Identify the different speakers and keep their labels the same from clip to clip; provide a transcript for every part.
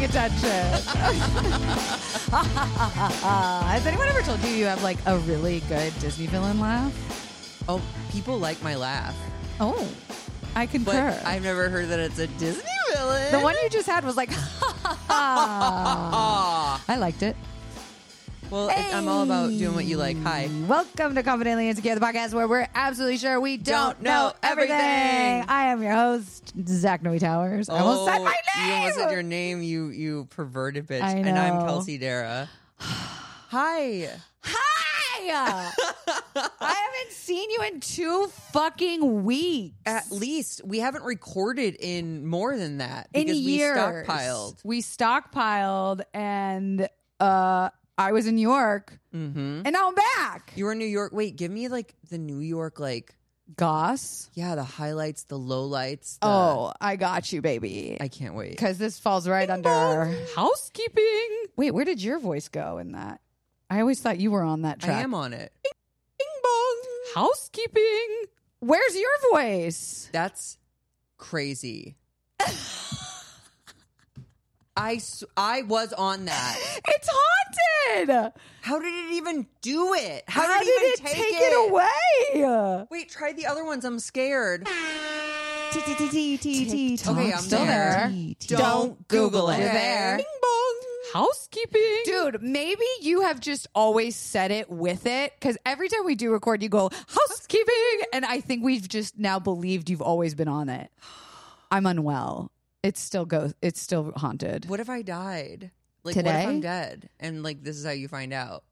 Speaker 1: a Dutchess. Has anyone ever told you you have like a really good Disney villain laugh?
Speaker 2: Oh, people like my laugh,
Speaker 1: Oh, I
Speaker 2: but
Speaker 1: concur.
Speaker 2: I've never heard that it's a Disney villain.
Speaker 1: the one you just had was like, I liked it.
Speaker 2: Well, it- I'm all about doing what you like. Hi.
Speaker 1: Welcome to Confident Aliens Together, the podcast where we're absolutely sure we don't,
Speaker 2: Don't know everything.
Speaker 1: I am your host, Zach Noe Towers. I Oh, almost said my name.
Speaker 2: Oh, You almost said your name, you you perverted bitch.
Speaker 1: I
Speaker 2: And I'm
Speaker 1: know.
Speaker 2: Kelsey Dara. Hi.
Speaker 1: Hi! I haven't seen you in two fucking weeks.
Speaker 2: At least we haven't recorded in more than that
Speaker 1: in
Speaker 2: because
Speaker 1: years.
Speaker 2: we stockpiled.
Speaker 1: We stockpiled, and uh, I was in New York, and now I'm back.
Speaker 2: Mm-hmm. You were in New York. Wait, give me like the New York, like
Speaker 1: Goss.
Speaker 2: yeah, the highlights, the lowlights. The,
Speaker 1: Oh, I got you, baby.
Speaker 2: Uh, I can't wait.
Speaker 1: Because this falls right under housekeeping. Wait, where did your voice go in that? I always thought you were on that
Speaker 2: I
Speaker 1: track.
Speaker 2: am on it.
Speaker 1: Housekeeping. Where's your voice?
Speaker 2: That's crazy. I s- I was on that.
Speaker 1: It's haunted.
Speaker 2: How did it even do it? How,
Speaker 1: How
Speaker 2: did it even
Speaker 1: did it
Speaker 2: take,
Speaker 1: take
Speaker 2: it?
Speaker 1: it away?
Speaker 2: Wait, try the other ones. I'm scared.
Speaker 1: Okay,
Speaker 2: I'm there.
Speaker 1: Don't Google it. You're there.
Speaker 2: Ding bong.
Speaker 1: Housekeeping. Dude, maybe you have just always said it with it because every time we do record, you go housekeeping. And I think we've just now believed you've always been on it. I'm unwell. It's still go. It's still haunted.
Speaker 2: What if I died? Like what
Speaker 1: Today?
Speaker 2: if I'm dead? And like this is how you find out.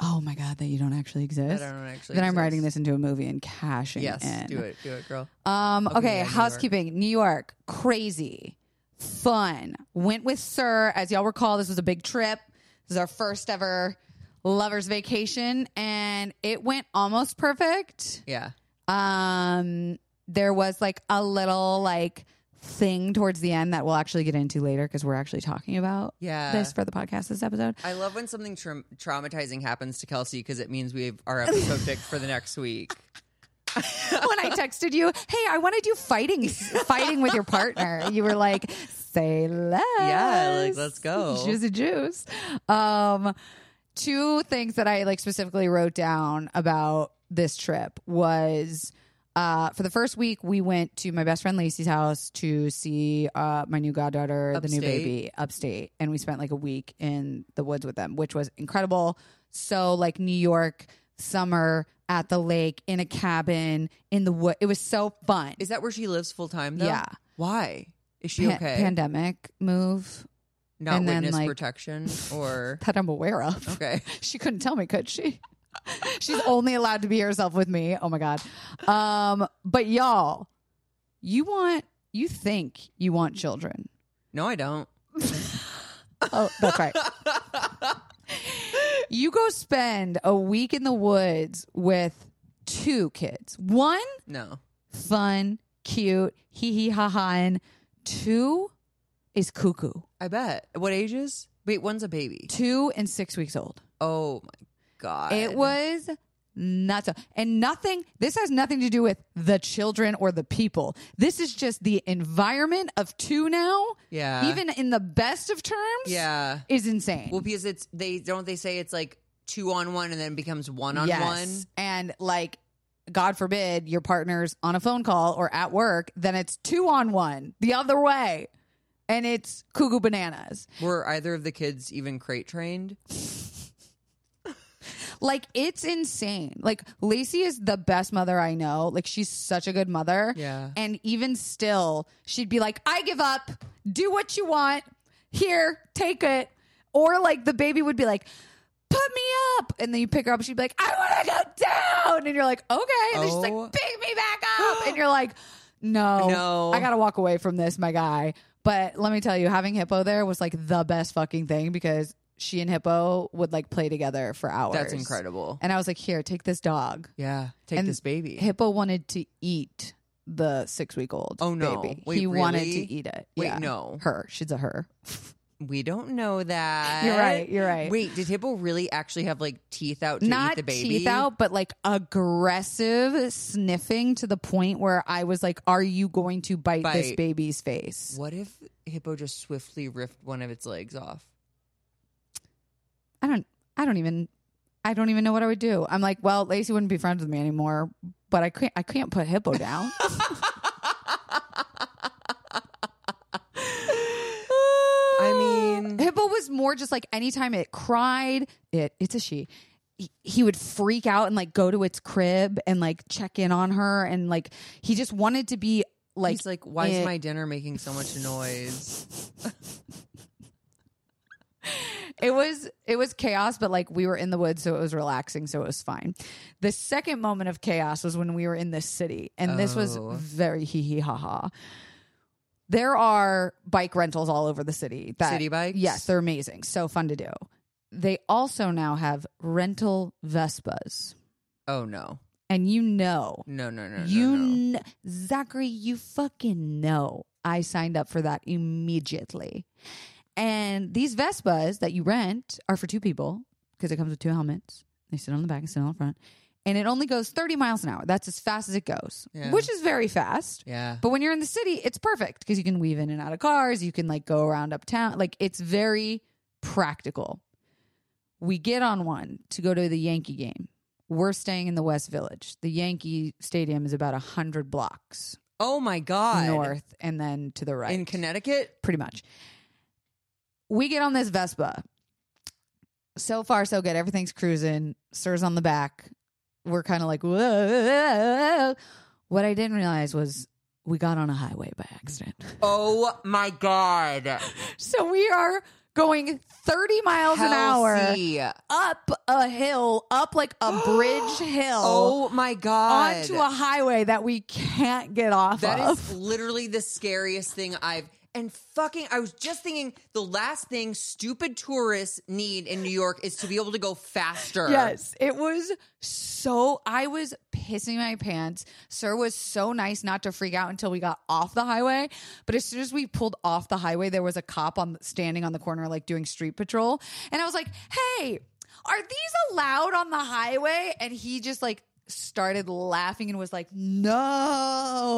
Speaker 1: Oh my god, that you don't actually exist.
Speaker 2: I don't actually
Speaker 1: Then I'm
Speaker 2: exist.
Speaker 1: writing this into a movie and cashing
Speaker 2: Yes,
Speaker 1: in.
Speaker 2: do it, do it, girl.
Speaker 1: Um, okay,
Speaker 2: Okay, yeah, New York.
Speaker 1: housekeeping. New York, crazy, fun. Went with Sir. As y'all recall, this was a big trip. This is our first ever lovers vacation, and it went almost perfect.
Speaker 2: Yeah,
Speaker 1: Um, there was like a little like thing towards the end that we'll actually get into later because we're actually talking about
Speaker 2: yeah.
Speaker 1: this for the podcast this episode.
Speaker 2: I love when something tra- traumatizing happens to Kelsey because it means we have our episode picked for the next week.
Speaker 1: when I texted you, hey, I want to do fighting, fighting with your partner. You were like, say less.
Speaker 2: Yeah, like, let's go.
Speaker 1: Juice a juice. Um, two things that I like specifically wrote down about this trip was. Uh, for the first week, we went to my best friend Lacey's house to see uh, my new goddaughter, the new
Speaker 2: Upstate.
Speaker 1: baby, upstate. And we spent like a week in the woods with them, which was incredible. So, like, New York summer at the lake in a cabin in the wood. It was so fun.
Speaker 2: Is that where she lives full time? though?
Speaker 1: Yeah.
Speaker 2: Why is she
Speaker 1: Pa-
Speaker 2: okay?
Speaker 1: Pandemic move
Speaker 2: Not
Speaker 1: and then,
Speaker 2: witness
Speaker 1: like-
Speaker 2: protection or
Speaker 1: that I'm aware of.
Speaker 2: okay.
Speaker 1: she couldn't tell me, could she? She's only allowed to be herself with me. Oh my god. Um, but y'all, you want you think you want children.
Speaker 2: No, I don't.
Speaker 1: Oh, that's right. you go spend a week in the woods with two kids. One
Speaker 2: No.
Speaker 1: fun, cute, hee hee ha ha, and two is cuckoo.
Speaker 2: I bet. What ages? Wait, one's a baby.
Speaker 1: Two and six weeks old.
Speaker 2: Oh my god.
Speaker 1: It was nuts. And nothing, this has nothing to do with the children or the people. This is just the environment of two now,
Speaker 2: Yeah.
Speaker 1: even in the best of terms,
Speaker 2: Yeah.
Speaker 1: is insane.
Speaker 2: Well, because it's they don't they say it's like two on one and then becomes one on one.
Speaker 1: And like, God forbid your partner's on a phone call or at work, then it's two on one the other way. And it's cuckoo bananas.
Speaker 2: Were either of the kids even crate trained?
Speaker 1: Like it's insane. Like Lacey is the best mother I know. Like she's such a good mother.
Speaker 2: Yeah.
Speaker 1: And even still, she'd be like, "I give up. Do what you want. Here, take it." Or like the baby would be like, "Put me up," and then you pick her up. She'd be like, "I want to go down," and you're like, "Okay." And then she's
Speaker 2: Oh.
Speaker 1: like, "Pick me back up," and you're like, "No,
Speaker 2: No.
Speaker 1: I gotta walk away from this, my guy." But let me tell you, having Hippo there was like the best fucking thing because she and Hippo would like play together for hours.
Speaker 2: That's incredible.
Speaker 1: And I was like, here, take this dog.
Speaker 2: yeah. Take
Speaker 1: And
Speaker 2: this baby.
Speaker 1: Hippo wanted to eat the six week old.
Speaker 2: Oh, no.
Speaker 1: Baby.
Speaker 2: Wait,
Speaker 1: he wanted to
Speaker 2: really?
Speaker 1: eat it.
Speaker 2: Wait,
Speaker 1: Yeah.
Speaker 2: no.
Speaker 1: Her. She's a her.
Speaker 2: we don't know that.
Speaker 1: You're right, you're right.
Speaker 2: Wait, did Hippo really actually have like teeth out to
Speaker 1: Not
Speaker 2: eat the baby?
Speaker 1: teeth out, but like aggressive sniffing to the point where I was like, "Are you going to bite, this
Speaker 2: Bite.
Speaker 1: baby's face?"
Speaker 2: What if Hippo just swiftly ripped one of its legs off?
Speaker 1: I don't. I don't even. I don't even know what I would do. I'm like, well, Lacey wouldn't be friends with me anymore, but I can't. I can't put Hippo down.
Speaker 2: I mean,
Speaker 1: Hippo was more just like anytime it cried, it it's a she. He, he would freak out and like go to its crib and like check in on her and like he just wanted to be like
Speaker 2: he's like, why
Speaker 1: eh.
Speaker 2: is my dinner making so much noise?
Speaker 1: it was it was chaos but like we were in the woods so it was relaxing so it was fine the second moment of chaos was when we were in this city and this was
Speaker 2: Oh.
Speaker 1: very hee hee ha ha there are bike rentals all over the city that
Speaker 2: City bikes?
Speaker 1: yes they're amazing so fun to do they also now have rental vespas
Speaker 2: Oh no,
Speaker 1: and you know
Speaker 2: no, no, no, no,
Speaker 1: you
Speaker 2: no.
Speaker 1: kn- Zachary, you fucking know. I signed up for that immediately. And these Vespas that you rent are for two people because it comes with two helmets. They sit on the back and sit on the front. And it only goes 30 miles an hour. That's as fast as it goes,
Speaker 2: Yeah.
Speaker 1: which is very fast.
Speaker 2: Yeah,
Speaker 1: But when you're in the city, it's perfect because you can weave in and out of cars. You can like go around uptown. Like it's very practical. We get on one to go to the Yankee game. We're staying in the West Village. The Yankee Stadium is about a hundred blocks
Speaker 2: oh my god,
Speaker 1: north and then to the right
Speaker 2: in Connecticut.
Speaker 1: pretty much. We get on this Vespa. So far, so good. Everything's cruising. Sir's on the back. We're kind of like, whoa. What I didn't realize was we got on a highway by accident.
Speaker 2: Oh my god,
Speaker 1: So we are going 30 miles an hour
Speaker 2: Kelsey.
Speaker 1: up a hill, up like a bridge hill,
Speaker 2: Oh my god,
Speaker 1: onto a highway that we can't get off
Speaker 2: That
Speaker 1: of.
Speaker 2: is literally the scariest thing I've. And fucking, I was just thinking the last thing stupid tourists need in New York is to be able to go faster.
Speaker 1: Yes, it was so. I was pissing my pants. Sir was so nice not to freak out until we got off the highway. But as soon as we pulled off the highway, there was a cop on standing on the corner, like doing street patrol. And I was like, "Hey, are these allowed on the highway?" And he just like started laughing and was like, "No."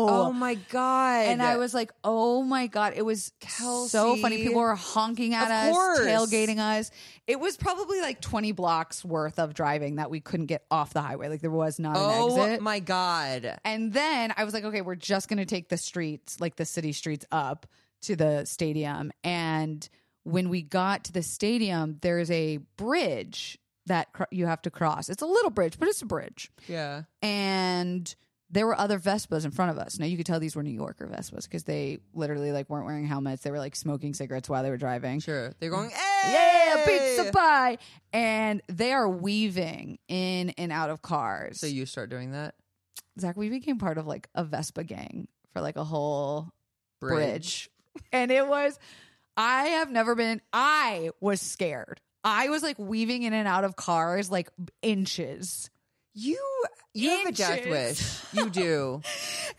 Speaker 2: Oh my god.
Speaker 1: and I was like, "Oh my god!" It was so
Speaker 2: Kelsey.
Speaker 1: funny. People were honking at
Speaker 2: Of
Speaker 1: us,
Speaker 2: course.
Speaker 1: tailgating us. It was probably like twenty blocks worth of driving that we couldn't get off the highway. Like there was not
Speaker 2: Oh
Speaker 1: an exit.
Speaker 2: my god.
Speaker 1: and then I was like, "Okay, we're just going to take the streets, like the city streets, up to the stadium." And when we got to the stadium, there's a bridge that cr- you have to cross. It's a little bridge, but it's a bridge
Speaker 2: Yeah.
Speaker 1: and there were other Vespas in front of us. Now you could tell these were New Yorker Vespas because they literally like weren't wearing helmets. They were like smoking cigarettes while they were driving.
Speaker 2: Sure. They're going, hey!
Speaker 1: Yeah, pizza pie, and they are weaving in and out of cars.
Speaker 2: So you start doing that?
Speaker 1: Zach, we became part of like a Vespa gang for like a whole
Speaker 2: Bridge.
Speaker 1: bridge. and it was, I have never been, I was scared. I was like weaving in and out of cars like inches.
Speaker 2: You you have a death
Speaker 1: Inches.
Speaker 2: wish. You do.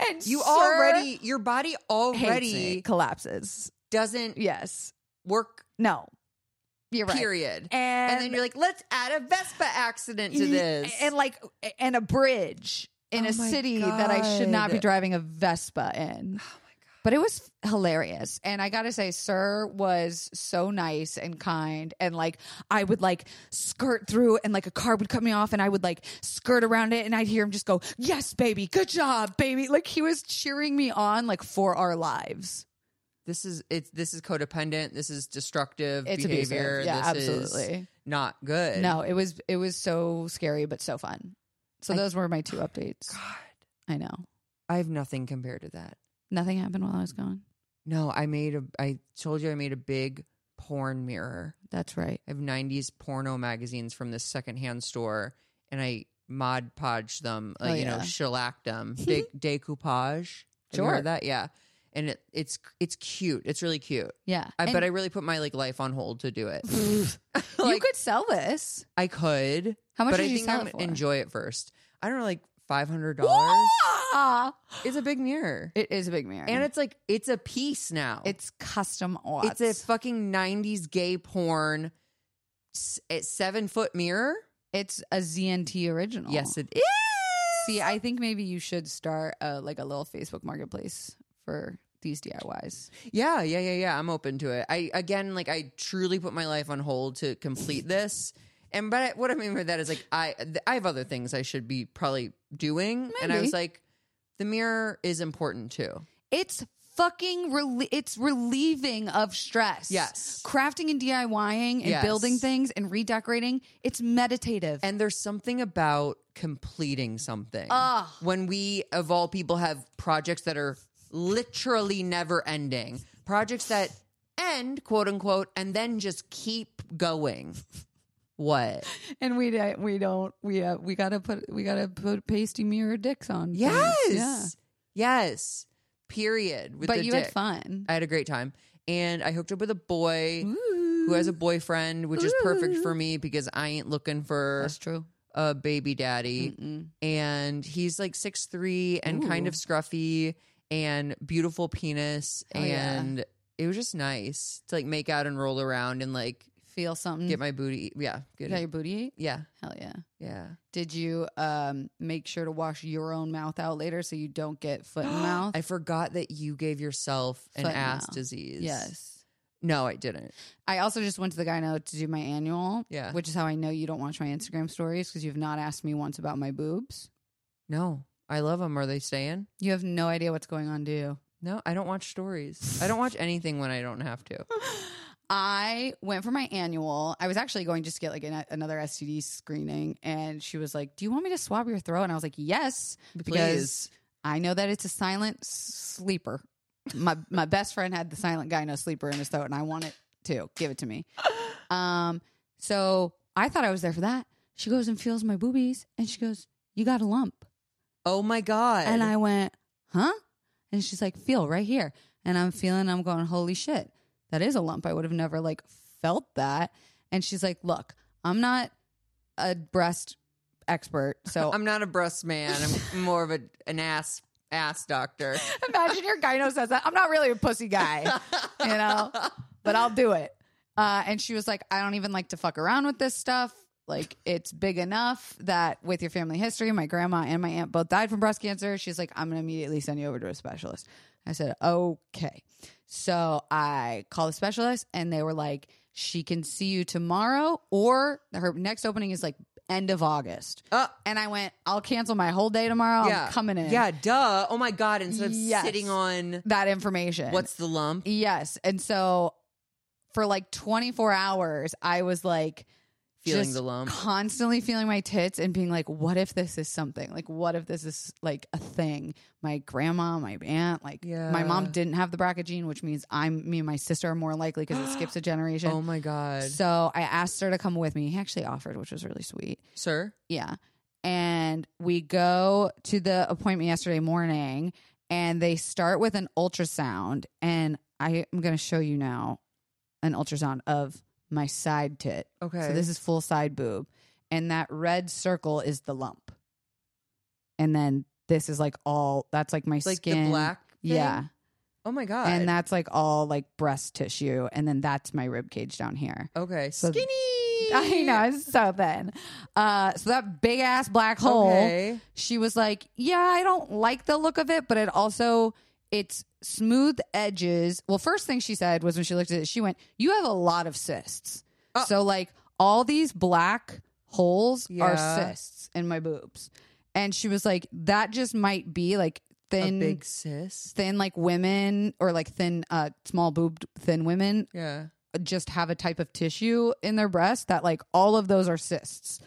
Speaker 1: And
Speaker 2: You
Speaker 1: sir
Speaker 2: already your body
Speaker 1: hates
Speaker 2: already
Speaker 1: me, collapses.
Speaker 2: doesn't
Speaker 1: Yes.
Speaker 2: work
Speaker 1: No. You're right.
Speaker 2: period.
Speaker 1: And,
Speaker 2: And, then you're like, let's add a Vespa accident to
Speaker 1: Y-
Speaker 2: this.
Speaker 1: And like and a bridge in
Speaker 2: Oh
Speaker 1: a
Speaker 2: my
Speaker 1: city that I should not be
Speaker 2: God.
Speaker 1: driving a Vespa in.
Speaker 2: Oh
Speaker 1: But it was hilarious. And I got to say, Sir was so nice and kind. And like, I would like skirt through and like a car would cut me off and I would like skirt around it. And I'd hear him just go, Yes, baby. Good job, baby. Like he was cheering me on like for our lives.
Speaker 2: this is it's this is codependent. This is destructive
Speaker 1: It's abusive.
Speaker 2: behavior.
Speaker 1: Yeah,
Speaker 2: this is
Speaker 1: absolutely.
Speaker 2: not good.
Speaker 1: No, it was it was so scary but so fun. So
Speaker 2: I-
Speaker 1: those were my two updates.
Speaker 2: God,
Speaker 1: I know.
Speaker 2: I have nothing compared to that.
Speaker 1: Nothing happened while I was gone.
Speaker 2: No, I made a. I told you I made a big porn mirror.
Speaker 1: That's right.
Speaker 2: I have '90s porno magazines from this secondhand store, and I mod podged them. Like,
Speaker 1: Oh,
Speaker 2: You know,
Speaker 1: yeah.
Speaker 2: shellacked them. De- decoupage. Have you heard
Speaker 1: Sure.
Speaker 2: that yeah, and it, it's it's cute. It's really cute.
Speaker 1: Yeah.
Speaker 2: I,
Speaker 1: And
Speaker 2: but I really put my like life on hold to do it.
Speaker 1: you
Speaker 2: like-
Speaker 1: could sell this.
Speaker 2: I could.
Speaker 1: How much
Speaker 2: but
Speaker 1: did
Speaker 2: I
Speaker 1: you
Speaker 2: think
Speaker 1: sell
Speaker 2: I'm
Speaker 1: it for?
Speaker 2: enjoy it first. I don't know, like five hundred dollars.
Speaker 1: Ah!
Speaker 2: It's a big mirror,
Speaker 1: It is a big mirror.
Speaker 2: and it's like it's a piece now.
Speaker 1: it's custom odds.
Speaker 2: it's a fucking '90s gay porn, s- a seven foot mirror.
Speaker 1: it's a ZNT original.
Speaker 2: Yes, it is.
Speaker 1: See, I think maybe you should start uh, like a little Facebook marketplace for these DIYs.
Speaker 2: Yeah, yeah, yeah, yeah. I'm open to it. I again, like, I truly put my life on hold to complete this. And but what I mean by that is like I th- I have other things I should be probably doing, and I
Speaker 1: Maybe.
Speaker 2: was like, the mirror is important too.
Speaker 1: It's fucking rel- it's relieving of stress.
Speaker 2: Yes.
Speaker 1: Crafting and DIYing and
Speaker 2: Yes.
Speaker 1: building things and redecorating, it's meditative.
Speaker 2: And there's something about completing something
Speaker 1: Ugh.
Speaker 2: when we, of all people, have projects that are literally never ending, projects that end, quote unquote, and then just keep going. What?
Speaker 1: And we don't, we don't we uh, we gotta put we gotta put pasty mirror dicks on. things.
Speaker 2: Yes.
Speaker 1: Yeah.
Speaker 2: Yes. Period. With
Speaker 1: But
Speaker 2: the
Speaker 1: you
Speaker 2: dick.
Speaker 1: had fun.
Speaker 2: I had a great time. And I hooked up with a boy who has a boyfriend, which is perfect for me because I ain't looking for
Speaker 1: That's Mm. true.
Speaker 2: a baby daddy.
Speaker 1: Mm-mm.
Speaker 2: And he's like six three and kind
Speaker 1: Ooh.
Speaker 2: of scruffy and beautiful penis.
Speaker 1: Hell yeah.
Speaker 2: and it was just nice to like make out and roll around and like
Speaker 1: Feel something.
Speaker 2: get my booty.
Speaker 1: Mm.
Speaker 2: Yeah.
Speaker 1: you
Speaker 2: Good.
Speaker 1: got your booty ate?
Speaker 2: Yeah.
Speaker 1: Hell yeah.
Speaker 2: Yeah.
Speaker 1: Did you um, make sure to wash your own mouth out later so you don't get foot and mouth?
Speaker 2: I forgot that you gave yourself an
Speaker 1: Foot and
Speaker 2: ass
Speaker 1: mouth.
Speaker 2: disease.
Speaker 1: yes.
Speaker 2: No, I didn't.
Speaker 1: I also just went to the gyno to do my annual,
Speaker 2: Yeah.
Speaker 1: which is how I know you don't watch my Instagram stories because you've not asked me once about my boobs.
Speaker 2: No, I love them. Are they staying?
Speaker 1: You have no idea what's going on, do you?
Speaker 2: No, I don't watch stories. I don't watch anything when I don't have to.
Speaker 1: I went for my annual. I was actually going just to get like an, another STD screening, and she was like, "Do you want me to swab your throat?" And I was like, "Yes," because
Speaker 2: Please.
Speaker 1: I know that it's a silent s- sleeper. My my best friend had the silent guy no sleeper in his throat, and I want it too. Give it to me. Um, so I thought I was there for that. She goes and feels my boobies, and she goes, "You got a lump."
Speaker 2: Oh my god!
Speaker 1: And I went, huh? And she's like, feel right here. And I'm feeling, I'm going, holy shit, that is a lump. I would have never like felt that. And she's like, look, I'm not a breast expert. So
Speaker 2: I'm not a breast man. I'm more of a an ass ass doctor.
Speaker 1: imagine your gyno says that. I'm not really a pussy guy, you know, but I'll do it. Uh, and she was like, I don't even like to fuck around with this stuff. Like, it's big enough that with your family history, my grandma and my aunt both died from breast cancer. She's like, I'm going to immediately send you over to a specialist. I said, okay. So I called the specialist and they were like, she can see you tomorrow or her next opening is like end of August.
Speaker 2: Uh,
Speaker 1: And I went, I'll cancel my whole day tomorrow.
Speaker 2: yeah,
Speaker 1: I'm Um, coming in.
Speaker 2: Yeah, duh. Oh my god! Instead of
Speaker 1: Yes.
Speaker 2: sitting on
Speaker 1: That information.
Speaker 2: what's the lump?
Speaker 1: Yes. And so for like 24 hours, I was like
Speaker 2: Feeling
Speaker 1: just
Speaker 2: the lump.
Speaker 1: constantly feeling my tits and being like, what if this is something? Like, what if this is like a thing? My grandma, my aunt, like my
Speaker 2: Yeah.
Speaker 1: mom didn't have the BRCA gene, which means I'm me and my sister are more likely because it skips a generation.
Speaker 2: Oh my god,
Speaker 1: so I asked her to come with me. He actually offered, which was really sweet.
Speaker 2: sir.
Speaker 1: Yeah. And we go to the appointment yesterday morning and they start with an ultrasound. And I am going to show you now an ultrasound of my side tit.
Speaker 2: Okay.
Speaker 1: So this is full side boob. And that red circle is the lump. And then this is like all that's like my
Speaker 2: like
Speaker 1: skin.
Speaker 2: the black. thing?
Speaker 1: Yeah.
Speaker 2: Oh my god.
Speaker 1: And that's like all like breast tissue. And then that's my rib cage down here.
Speaker 2: okay.
Speaker 1: So-
Speaker 2: Skinny.
Speaker 1: I know, it's so thin. Uh, so that big ass black hole
Speaker 2: Okay.
Speaker 1: she was like, "Yeah, I don't like the look of it, but it also it's smooth edges." Well, first thing she said was when she looked at it, she went, "You have a lot of cysts."
Speaker 2: Oh.
Speaker 1: So like all these black holes are
Speaker 2: Yeah.
Speaker 1: cysts in my boobs. And she was like, "That just might be like
Speaker 2: A
Speaker 1: thin
Speaker 2: big sis.
Speaker 1: thin like women or like thin uh small boobed thin women
Speaker 2: Yeah.
Speaker 1: just have a type of tissue in their breast that like all of those are cysts.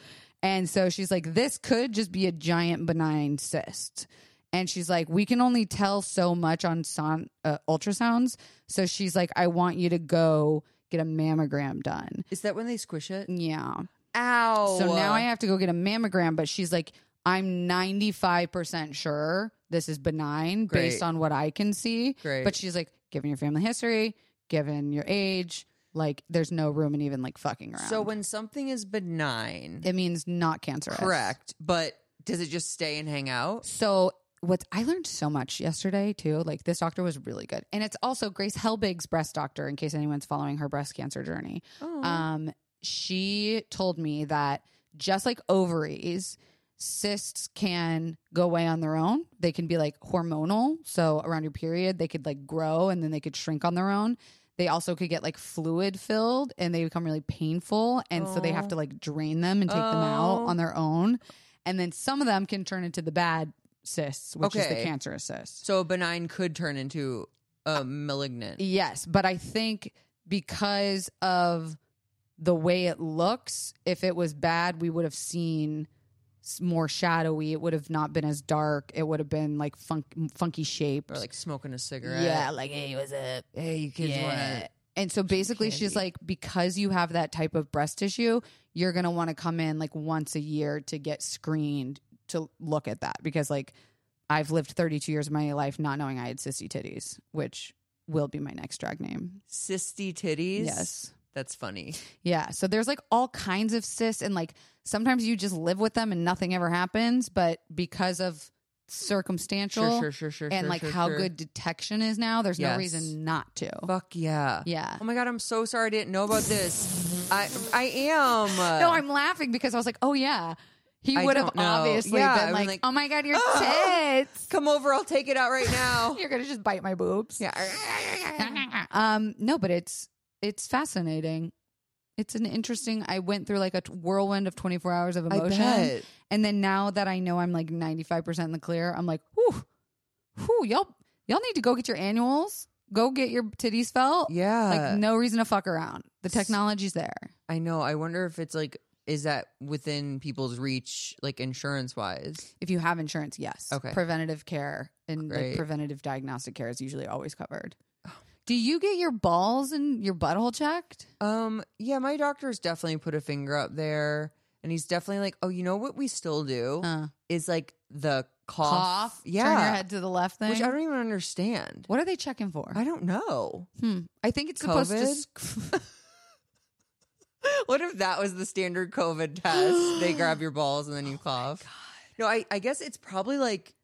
Speaker 1: And so she's like, this could just be a giant benign cyst. And she's like, we can only tell so much on son- uh, ultrasounds. So she's like, I want you to go get a mammogram done.
Speaker 2: Is that when they squish it?
Speaker 1: Yeah.
Speaker 2: Ow.
Speaker 1: So now I have to go get a mammogram, but she's like, I'm 95% sure this is benign
Speaker 2: Great.
Speaker 1: based on what I can see.
Speaker 2: Great.
Speaker 1: But she's like, given your family history, given your age, like there's no room in even like fucking around.
Speaker 2: So when something is benign,
Speaker 1: it means not cancerous.
Speaker 2: correct, but Does it just stay and hang out?
Speaker 1: So what I learned so much yesterday too. Like this doctor was really good, and it's also Grace Helbig's breast doctor. In case anyone's following her breast cancer journey,
Speaker 2: Oh.
Speaker 1: um, she told me that just like ovaries, cysts can go away on their own. They can be like hormonal, so around your period, they could like grow and then they could shrink on their own. They also could get like fluid filled and they become really painful, and so they have
Speaker 2: Oh.
Speaker 1: to like drain them and take them out
Speaker 2: Oh.
Speaker 1: on their own. And then some of them can turn into the bad cysts, which is the
Speaker 2: Okay.
Speaker 1: cancerous cysts.
Speaker 2: so a benign could turn into a malignant.
Speaker 1: Yes, but I think because of the way it looks, if it was bad, we would have seen s- more shadowy. It would have not been as dark. It would have been like funk, funky shaped.
Speaker 2: Or like smoking a cigarette.
Speaker 1: yeah, like hey, what's up?
Speaker 2: Hey, you kids want
Speaker 1: And so basically, she's
Speaker 2: candy.
Speaker 1: like, because you have that type of breast tissue, you're gonna want to come in like once a year to get screened to look at that because like I've lived 32 years of my life not knowing I had sissy titties, which will be my next drag name.
Speaker 2: cysty titties?
Speaker 1: Yes.
Speaker 2: That's funny.
Speaker 1: Yeah. So there's like all kinds of cysts, and like sometimes you just live with them and nothing ever happens, but because of circumstantial
Speaker 2: Sure, sure, sure, sure.
Speaker 1: and
Speaker 2: sure,
Speaker 1: like
Speaker 2: sure,
Speaker 1: how
Speaker 2: sure.
Speaker 1: good detection is now, there's no
Speaker 2: Yes.
Speaker 1: reason not to.
Speaker 2: Fuck yeah.
Speaker 1: Yeah.
Speaker 2: Oh my god, I'm so sorry I didn't know about this. I I am.
Speaker 1: No, I'm laughing because I was like, oh yeah, he
Speaker 2: Uh. I
Speaker 1: would have
Speaker 2: don't know.
Speaker 1: obviously
Speaker 2: Yeah, I
Speaker 1: been
Speaker 2: was
Speaker 1: like,
Speaker 2: like,
Speaker 1: oh my god, your
Speaker 2: "Oh."
Speaker 1: tits.
Speaker 2: Come over, I'll take it out right now.
Speaker 1: You're gonna just bite my boobs.
Speaker 2: yeah.
Speaker 1: um, no, but it's it's fascinating. It's an interesting. I went through like a t- whirlwind of 24 hours of
Speaker 2: I
Speaker 1: emotion,
Speaker 2: bet.
Speaker 1: and then now that I know I'm like 95 percent in the clear, I'm like, whew, whew, y'all, y'all need to go get your annuals. Go get your titties felt.
Speaker 2: Yeah.
Speaker 1: Like no reason to fuck around. The technology's there.
Speaker 2: I know. I wonder if it's like is that within people's reach, like insurance wise?
Speaker 1: If you have insurance, yes.
Speaker 2: Okay.
Speaker 1: Preventative care and like
Speaker 2: Great. Oh.
Speaker 1: preventative diagnostic care is usually always covered. Do you get your balls and your butthole checked?
Speaker 2: Um, yeah, my doctor's definitely put a finger up there. And he's definitely like, Oh, you know what we still do
Speaker 1: Uh,
Speaker 2: is like the cough.
Speaker 1: cough.
Speaker 2: Yeah.
Speaker 1: Turn your head to the left thing.
Speaker 2: Which I don't even understand.
Speaker 1: what are they checking for?
Speaker 2: I don't know.
Speaker 1: Hmm. I think it's supposed to. sc-
Speaker 2: What if that was the standard COVID test? they grab your balls and then you cough. Oh No, I, I guess it's probably like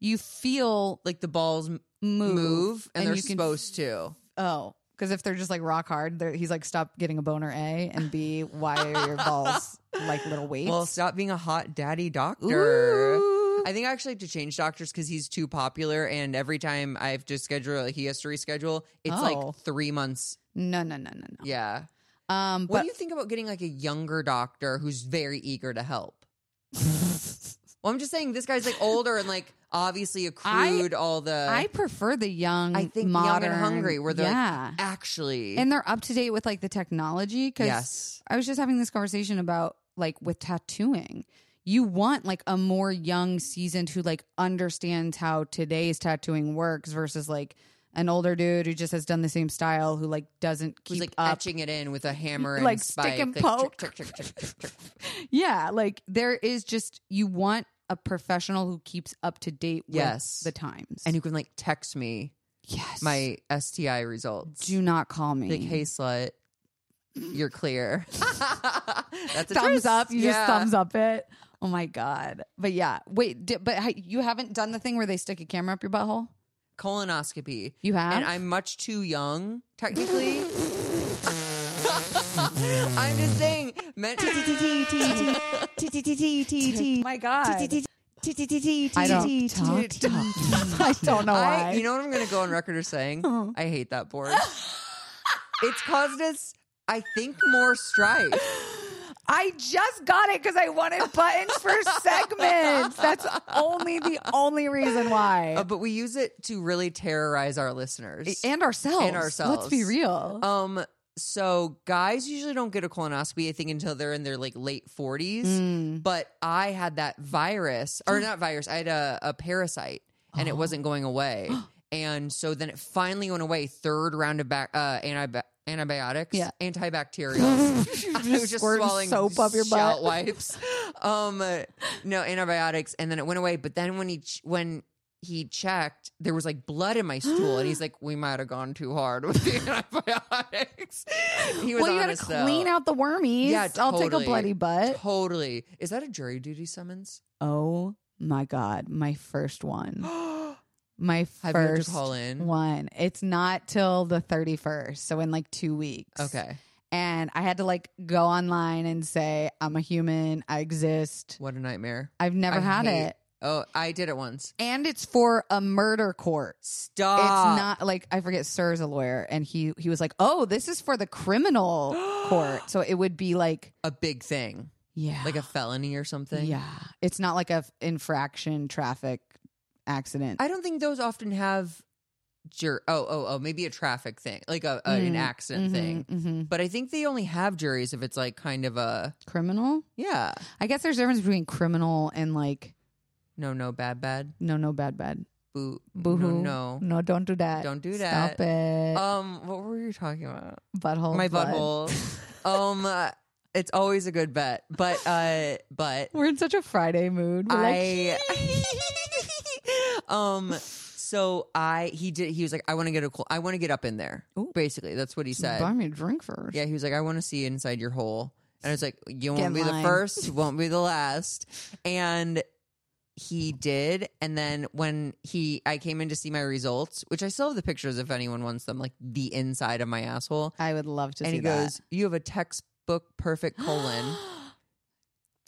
Speaker 1: you feel
Speaker 2: like the balls m-
Speaker 1: move,
Speaker 2: move, and, they're
Speaker 1: you can-
Speaker 2: supposed to.
Speaker 1: Oh, because if they're just like rock hard, they're- he's like, stop getting a boner. A and B. Why are your balls like little weights?
Speaker 2: Well, stop being a hot daddy doctor.
Speaker 1: Ooh.
Speaker 2: I think I actually have to change doctors because he's too popular, and every time I have to schedule, he has to reschedule. It's
Speaker 1: Oh.
Speaker 2: like three months.
Speaker 1: no, no, no, no, no.
Speaker 2: Yeah.
Speaker 1: Um,
Speaker 2: What
Speaker 1: but
Speaker 2: do you think about getting like a younger doctor who's very eager to help? well, I'm just saying this guy's like older and like obviously accrued all the.
Speaker 1: I prefer the young.
Speaker 2: I think
Speaker 1: modern,
Speaker 2: young and hungry where they're
Speaker 1: yeah,
Speaker 2: like, actually
Speaker 1: and they're up to date with like the technology. Because
Speaker 2: yes,
Speaker 1: I was just having this conversation about like with tattooing. You want like a more young, seasoned who like understands how today's tattooing works versus like an older dude who just has done the same style who like doesn't keep
Speaker 2: who's like
Speaker 1: up.
Speaker 2: etching it in with a hammer, and
Speaker 1: Like, stick
Speaker 2: spike.
Speaker 1: and
Speaker 2: like,
Speaker 1: poke.
Speaker 2: tick, tick, tick, tick, tick, tick.
Speaker 1: Yeah, like there is just you want a professional who keeps up to date with
Speaker 2: Yes.
Speaker 1: the times.
Speaker 2: and who can like text me
Speaker 1: yes,
Speaker 2: my STI results?
Speaker 1: do not call me.
Speaker 2: like, hey slut, you're clear. That's a
Speaker 1: thumbs
Speaker 2: twist.
Speaker 1: up. You
Speaker 2: Yeah.
Speaker 1: just thumbs up it. Oh my god. But yeah, wait. Di- but hi- you haven't done the thing where they stick a camera up your butthole.
Speaker 2: colonoscopy.
Speaker 1: You have.
Speaker 2: and I'm much too young, technically. I'm just saying, men-
Speaker 1: Oh my god. I don't talk. talk. I don't know
Speaker 2: I,
Speaker 1: why.
Speaker 2: you know what I'm going to go on record as saying?
Speaker 1: Oh.
Speaker 2: I hate that board. It's caused us, I think, more strife.
Speaker 1: I just got it because I wanted buttons for segments. That's only the only reason why.
Speaker 2: Uh, but we use it to really terrorize our listeners.
Speaker 1: and Oh, ourselves.
Speaker 2: And ourselves.
Speaker 1: Let's be real.
Speaker 2: Um, so guys usually don't get a colonoscopy, I think, until they're in their like late 40s.
Speaker 1: Mm.
Speaker 2: But I had that virus, or not virus, I had a, a parasite and
Speaker 1: Oh.
Speaker 2: it wasn't going away. and so then it finally went away, third round of back, uh, antibi- antibiotics,
Speaker 1: Yeah.
Speaker 2: antibacterials. I was just
Speaker 1: Squirting
Speaker 2: swallowing
Speaker 1: soap up your butt.
Speaker 2: shout wipes. um, uh, no, antibiotics. And then it went away. But then when he, ch- when, he checked, there was like blood in my stool, and he's like, "We might have gone too hard with the antibiotics." He was
Speaker 1: well, you gotta
Speaker 2: honest, though.
Speaker 1: clean out the wormies.
Speaker 2: Yeah,
Speaker 1: I'll take a
Speaker 2: totally.
Speaker 1: bloody butt.
Speaker 2: Totally. Is that a jury duty summons?
Speaker 3: oh my god, my first one. My
Speaker 2: Have you had
Speaker 3: first
Speaker 2: to call in?
Speaker 3: one. It's not till the 31st, so in like 2 weeks.
Speaker 2: Okay.
Speaker 3: And I had to like go online and say I'm a human, I exist.
Speaker 2: What a nightmare.
Speaker 3: I've never
Speaker 2: I
Speaker 3: had
Speaker 2: hate-
Speaker 3: it.
Speaker 2: Oh, I did it once.
Speaker 3: And it's for a murder court.
Speaker 2: Stop.
Speaker 3: It's not like I forget Sir's a lawyer and he he was like, "Oh, this is for the criminal court." So it would be like
Speaker 2: a big thing,
Speaker 3: yeah.
Speaker 2: like a felony or something.
Speaker 3: Yeah. It's not like a f- infraction traffic accident.
Speaker 2: I don't think those often have jur. Oh, oh, oh, maybe a traffic thing, like a, a an
Speaker 3: Mm,
Speaker 2: accident
Speaker 3: Mhm,
Speaker 2: thing.
Speaker 3: mhm.
Speaker 2: But I think they only have juries if it's like kind of a
Speaker 3: Criminal?
Speaker 2: yeah,
Speaker 3: I guess there's a difference between criminal and like
Speaker 2: no, no, bad, bad,
Speaker 3: no no bad bad.
Speaker 2: boo,
Speaker 3: Boo hoo.
Speaker 2: no,
Speaker 3: No, don't do that.
Speaker 2: Don't do
Speaker 3: Stop it.
Speaker 2: no. Um, what were you talking about?
Speaker 3: butthole.
Speaker 2: My
Speaker 3: blood.
Speaker 2: butthole. um, uh, it's always a good bet, but uh, but
Speaker 3: We're in such a Friday mood. We're
Speaker 2: I
Speaker 3: like,
Speaker 2: um so I he did he was like I want to get a cl- I want to get up in there.
Speaker 3: Ooh.
Speaker 2: Basically, that's what he said.
Speaker 3: buy me a drink first.
Speaker 2: Yeah, he was like I want to see inside your hole. And I was like you
Speaker 3: Get
Speaker 2: won't
Speaker 3: in
Speaker 2: be
Speaker 3: line.
Speaker 2: the first, you won't be the last. And he did and then when he I came in to see my results, which I still have the pictures if anyone wants them like the inside of my asshole.
Speaker 3: I would love to
Speaker 2: and
Speaker 3: see
Speaker 2: he goes, "You have a textbook perfect
Speaker 3: that.
Speaker 2: colon."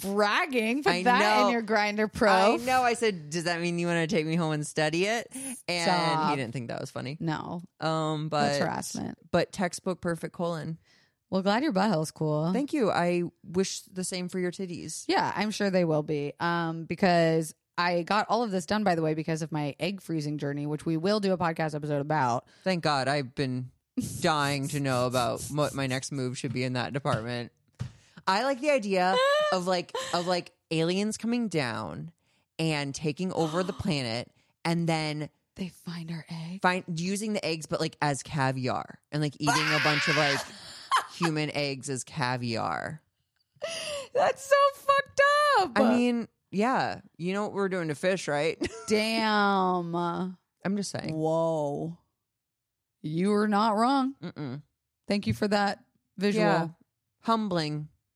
Speaker 3: Bragging. Put
Speaker 2: I
Speaker 3: that
Speaker 2: know.
Speaker 3: in your grinder pro.
Speaker 2: I know. I said, "Does that mean you want to take me home and study it?" And
Speaker 3: Stop.
Speaker 2: he didn't think that was funny.
Speaker 3: No.
Speaker 2: Um, but
Speaker 3: That's harassment.
Speaker 2: But textbook perfect colon.
Speaker 3: Well, glad your butthole's cool.
Speaker 2: Thank you. I wish the same for your titties.
Speaker 3: Yeah, I'm sure they will be. Um, because I got all of this done, by the way, because of my egg freezing journey, which we will do a podcast episode about.
Speaker 2: Thank God. I've been dying to know about what my next move should be in that department. I like the idea of like of like aliens coming down and taking over the planet, and then
Speaker 3: They find our egg.
Speaker 2: find using the eggs but like as caviar and like eating a bunch of like human eggs as caviar.
Speaker 3: That's so fucked up.
Speaker 2: I mean, yeah, you know what we're doing to fish, right?
Speaker 3: damn.
Speaker 2: I'm just saying.
Speaker 3: Whoa. You were not wrong.
Speaker 2: Mm-mm.
Speaker 3: Thank you for that visual.
Speaker 2: Yeah. Humbling.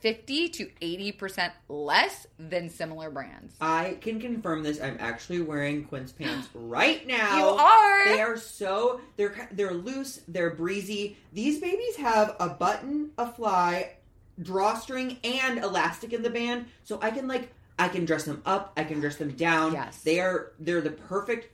Speaker 3: 50 to 80% less than similar brands.
Speaker 4: I can confirm this. I'm actually wearing Quince pants right now.
Speaker 3: You are!
Speaker 4: They are so they're they're loose. They're breezy. These babies have a button, a fly, drawstring, and elastic in the band, so I can like I can dress them up. I can dress them down.
Speaker 3: Yes.
Speaker 4: they are they're the perfect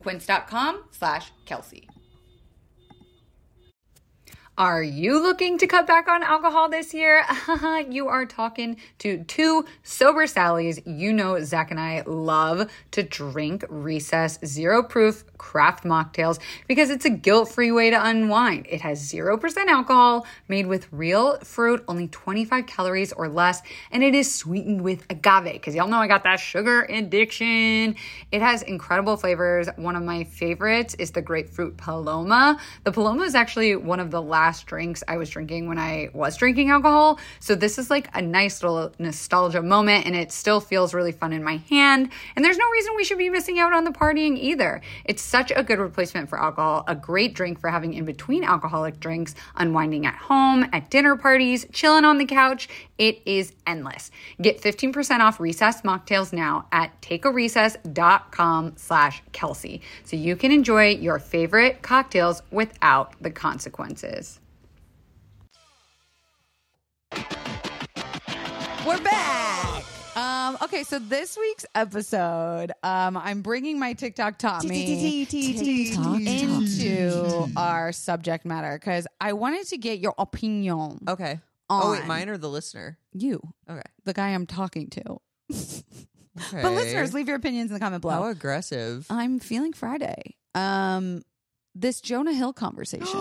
Speaker 3: Quince.com slash Kelsey. Are you looking to cut back on alcohol this year? you are talking to two sober Sallys. You know, Zach and I love to drink recess zero proof craft mocktails because it's a guilt free way to unwind. It has 0% alcohol, made with real fruit, only 25 calories or less, and it is sweetened with agave because y'all know I got that sugar addiction. It has incredible flavors. One of my favorites is the grapefruit paloma. The paloma is actually one of the last last drinks I was drinking when I was drinking alcohol. So this is like a nice little nostalgia moment and it still feels really fun in my hand. And there's no reason we should be missing out on the partying either. It's such a good replacement for alcohol, a great drink for having in between alcoholic drinks, unwinding at home, at dinner parties, chilling on the couch. It is endless. Get 15% off recess mocktails now at takearecess.com slash Kelsey. So you can enjoy your favorite cocktails without the consequences.
Speaker 1: We're back. Um, okay, so this week's episode, um, I'm bringing my TikTok Tommy
Speaker 2: TikTok
Speaker 1: into our subject matter because I wanted to get your opinion.
Speaker 2: Okay. Oh wait,
Speaker 1: On.
Speaker 2: mine or the listener?
Speaker 1: You,
Speaker 2: Okay.
Speaker 1: the guy I'm talking to.
Speaker 2: okay.
Speaker 1: But listeners, Um, leave your opinions in the comment
Speaker 2: how
Speaker 1: below.
Speaker 2: aggressive.
Speaker 1: I'm feeling Friday. Um, this Jonah Hill conversation.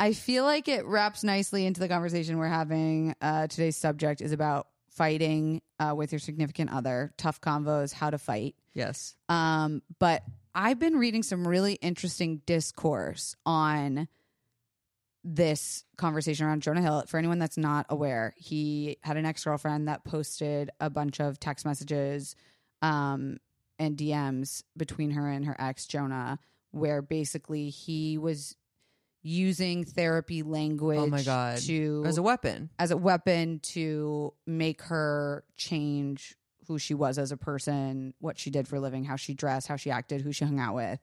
Speaker 1: I feel like it wraps nicely into the conversation we're having. Uh, today's subject is about fighting uh, with your significant other, tough convos, how to fight.
Speaker 2: yes.
Speaker 1: Um, but I've been reading some really interesting discourse on this conversation around Jonah Hill. For anyone that's not aware, he had an ex girlfriend that posted a bunch of text messages um, and DMs between her and her ex, Jonah, where basically he was using therapy language
Speaker 2: Oh God.
Speaker 1: to
Speaker 2: As a weapon.
Speaker 1: as a weapon to make her change who she was as a person, what she did for a living, how she dressed, how she acted, who she hung out with.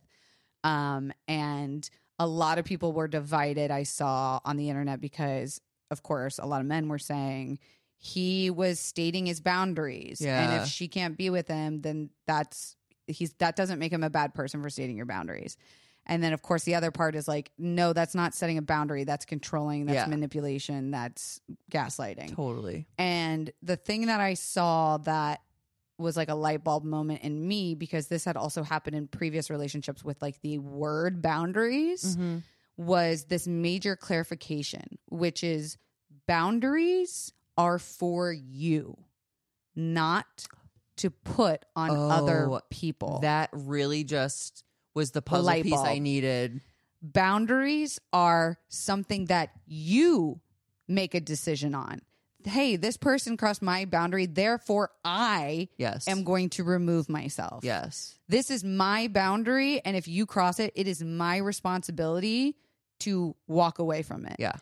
Speaker 1: Um, and a lot of people were divided, I saw on the internet, because of course, a lot of men were saying he was stating his boundaries. And
Speaker 2: Yeah.
Speaker 1: if she can't be with him, then that's he's that doesn't make him a bad person for stating your boundaries. And then, of course, the other part is like, no, that's not setting a boundary. That's controlling. That's
Speaker 2: Yeah.
Speaker 1: manipulation. That's gaslighting.
Speaker 2: Totally.
Speaker 1: And the thing that I saw that was like a light bulb moment in me because this had also happened in previous relationships with like the word boundaries
Speaker 2: Mm-hmm.
Speaker 1: was this major clarification, which is boundaries are for you, not to put on other
Speaker 2: Oh,
Speaker 1: people.
Speaker 2: That really just was the puzzle
Speaker 1: light
Speaker 2: piece I
Speaker 1: bulb.
Speaker 2: needed.
Speaker 1: boundaries are something that you make a decision on. Hey, this person crossed my boundary, therefore I
Speaker 2: Yes.
Speaker 1: am going to remove myself.
Speaker 2: yes.
Speaker 1: This is my boundary and if you cross it, it is my responsibility to walk away from it.
Speaker 2: Yeah.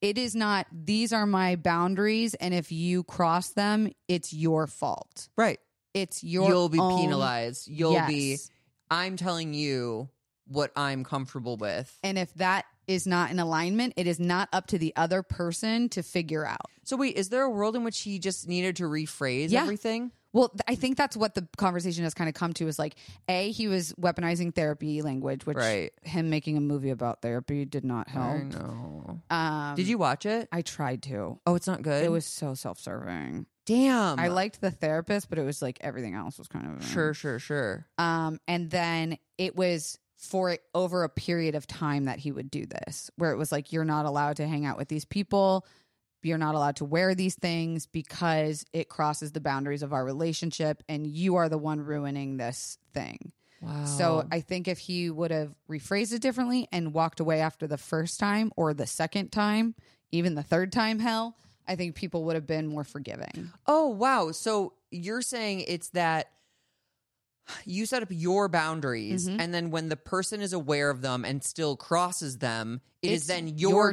Speaker 1: It is not these are my boundaries and if you cross them, it's your fault.
Speaker 2: Right.
Speaker 1: It's your
Speaker 2: You'll be
Speaker 1: own-
Speaker 2: penalized. You'll be
Speaker 1: Yes.
Speaker 2: I'm telling you what I'm comfortable with.
Speaker 1: and if that is not in alignment, it is not up to the other person to figure out.
Speaker 2: So wait, is there a world in which he just needed to rephrase
Speaker 1: Yeah.
Speaker 2: everything?
Speaker 1: Well, th- I think that's what the conversation has kind of come to is like, A, he was weaponizing therapy language, which
Speaker 2: Right.
Speaker 1: him making a movie about therapy did not
Speaker 2: I
Speaker 1: help.
Speaker 2: know.
Speaker 1: Um,
Speaker 2: Did you watch it?
Speaker 1: I tried to.
Speaker 2: Oh, it's not good.
Speaker 1: It was so self serving.
Speaker 2: damn.
Speaker 1: I liked the therapist, but it was like everything else was kind of.
Speaker 2: Sure, sure, sure.
Speaker 1: Um, and then it was for over a period of time that he would do this, where it was like, you're not allowed to hang out with these people. You're not allowed to wear these things because it crosses the boundaries of our relationship, and you are the one ruining this thing.
Speaker 2: Wow.
Speaker 1: So I think if he would have rephrased it differently and walked away after the first time or the second time, even the third time, hell, I think people would have been more forgiving.
Speaker 2: Oh, wow. So you're saying it's that you set up your boundaries,
Speaker 1: Mhm.
Speaker 2: and then when the person is aware of them and still crosses them, it's
Speaker 1: It's
Speaker 2: then your,
Speaker 1: your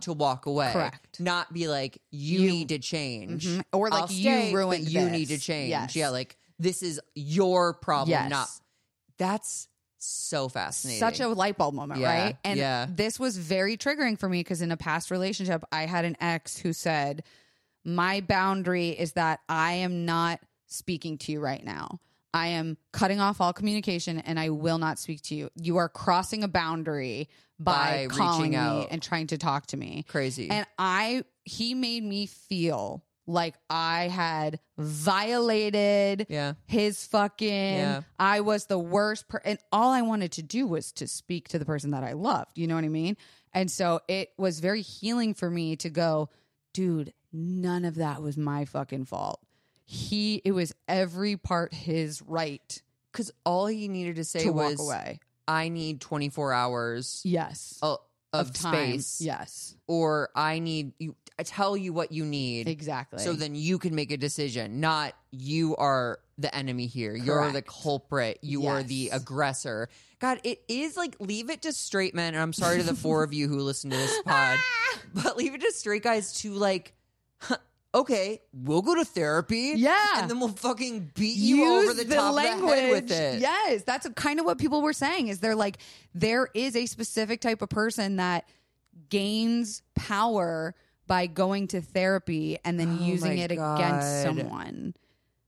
Speaker 1: job.
Speaker 2: to walk away.
Speaker 1: Correct.
Speaker 2: Not be like, you,
Speaker 1: You-
Speaker 2: need to change.
Speaker 1: Mhm. Or like
Speaker 2: Mm-hmm. I'll
Speaker 1: you
Speaker 2: stay, but
Speaker 1: ruined
Speaker 2: You
Speaker 1: this.
Speaker 2: need to change.
Speaker 1: Yes.
Speaker 2: Yeah. Like, this is your problem,
Speaker 1: Yes.
Speaker 2: not. That's so fascinating.
Speaker 1: Such a light bulb moment,
Speaker 2: Yeah,
Speaker 1: right? And
Speaker 2: yeah.
Speaker 1: this was very triggering for me because in a past relationship, I had an ex who said, My boundary is that I am not speaking to you right now. I am cutting off all communication and I will not speak to you. You are crossing a boundary by,
Speaker 2: By reaching
Speaker 1: calling me
Speaker 2: out.
Speaker 1: and trying to talk to me.
Speaker 2: crazy.
Speaker 1: And I, he made me feel like I had violated
Speaker 2: yeah.
Speaker 1: his fucking,
Speaker 2: Yeah.
Speaker 1: I was the worst. Per- and all I wanted to do was to speak to the person that I loved. You know what I mean? And so it was very healing for me to go, dude, none of that was my fucking fault. He, it was every part his right
Speaker 2: Because all he needed to say
Speaker 1: to walk
Speaker 2: was,
Speaker 1: away.
Speaker 2: I need 24 hours
Speaker 1: Yes.
Speaker 2: uh, of,
Speaker 1: time.
Speaker 2: space.
Speaker 1: Yes,
Speaker 2: Or I need you I tell you what you need.
Speaker 1: exactly.
Speaker 2: So then you can make a decision, not you are the enemy here. You're the
Speaker 1: Correct.
Speaker 2: culprit. You are the
Speaker 1: Yes.
Speaker 2: aggressor. God, it is like leave it to straight men. And I'm sorry to the four of you who listen to this pod, but leave it to straight guys to like, huh, okay, we'll go to therapy.
Speaker 1: Yeah.
Speaker 2: And then we'll fucking beat you over the, top of the head with it.
Speaker 1: Yes, that's kind of what people were saying. Is they're like, there is a specific type of person that gains power by going to therapy and then
Speaker 2: Oh
Speaker 1: using
Speaker 2: my
Speaker 1: it
Speaker 2: God.
Speaker 1: against someone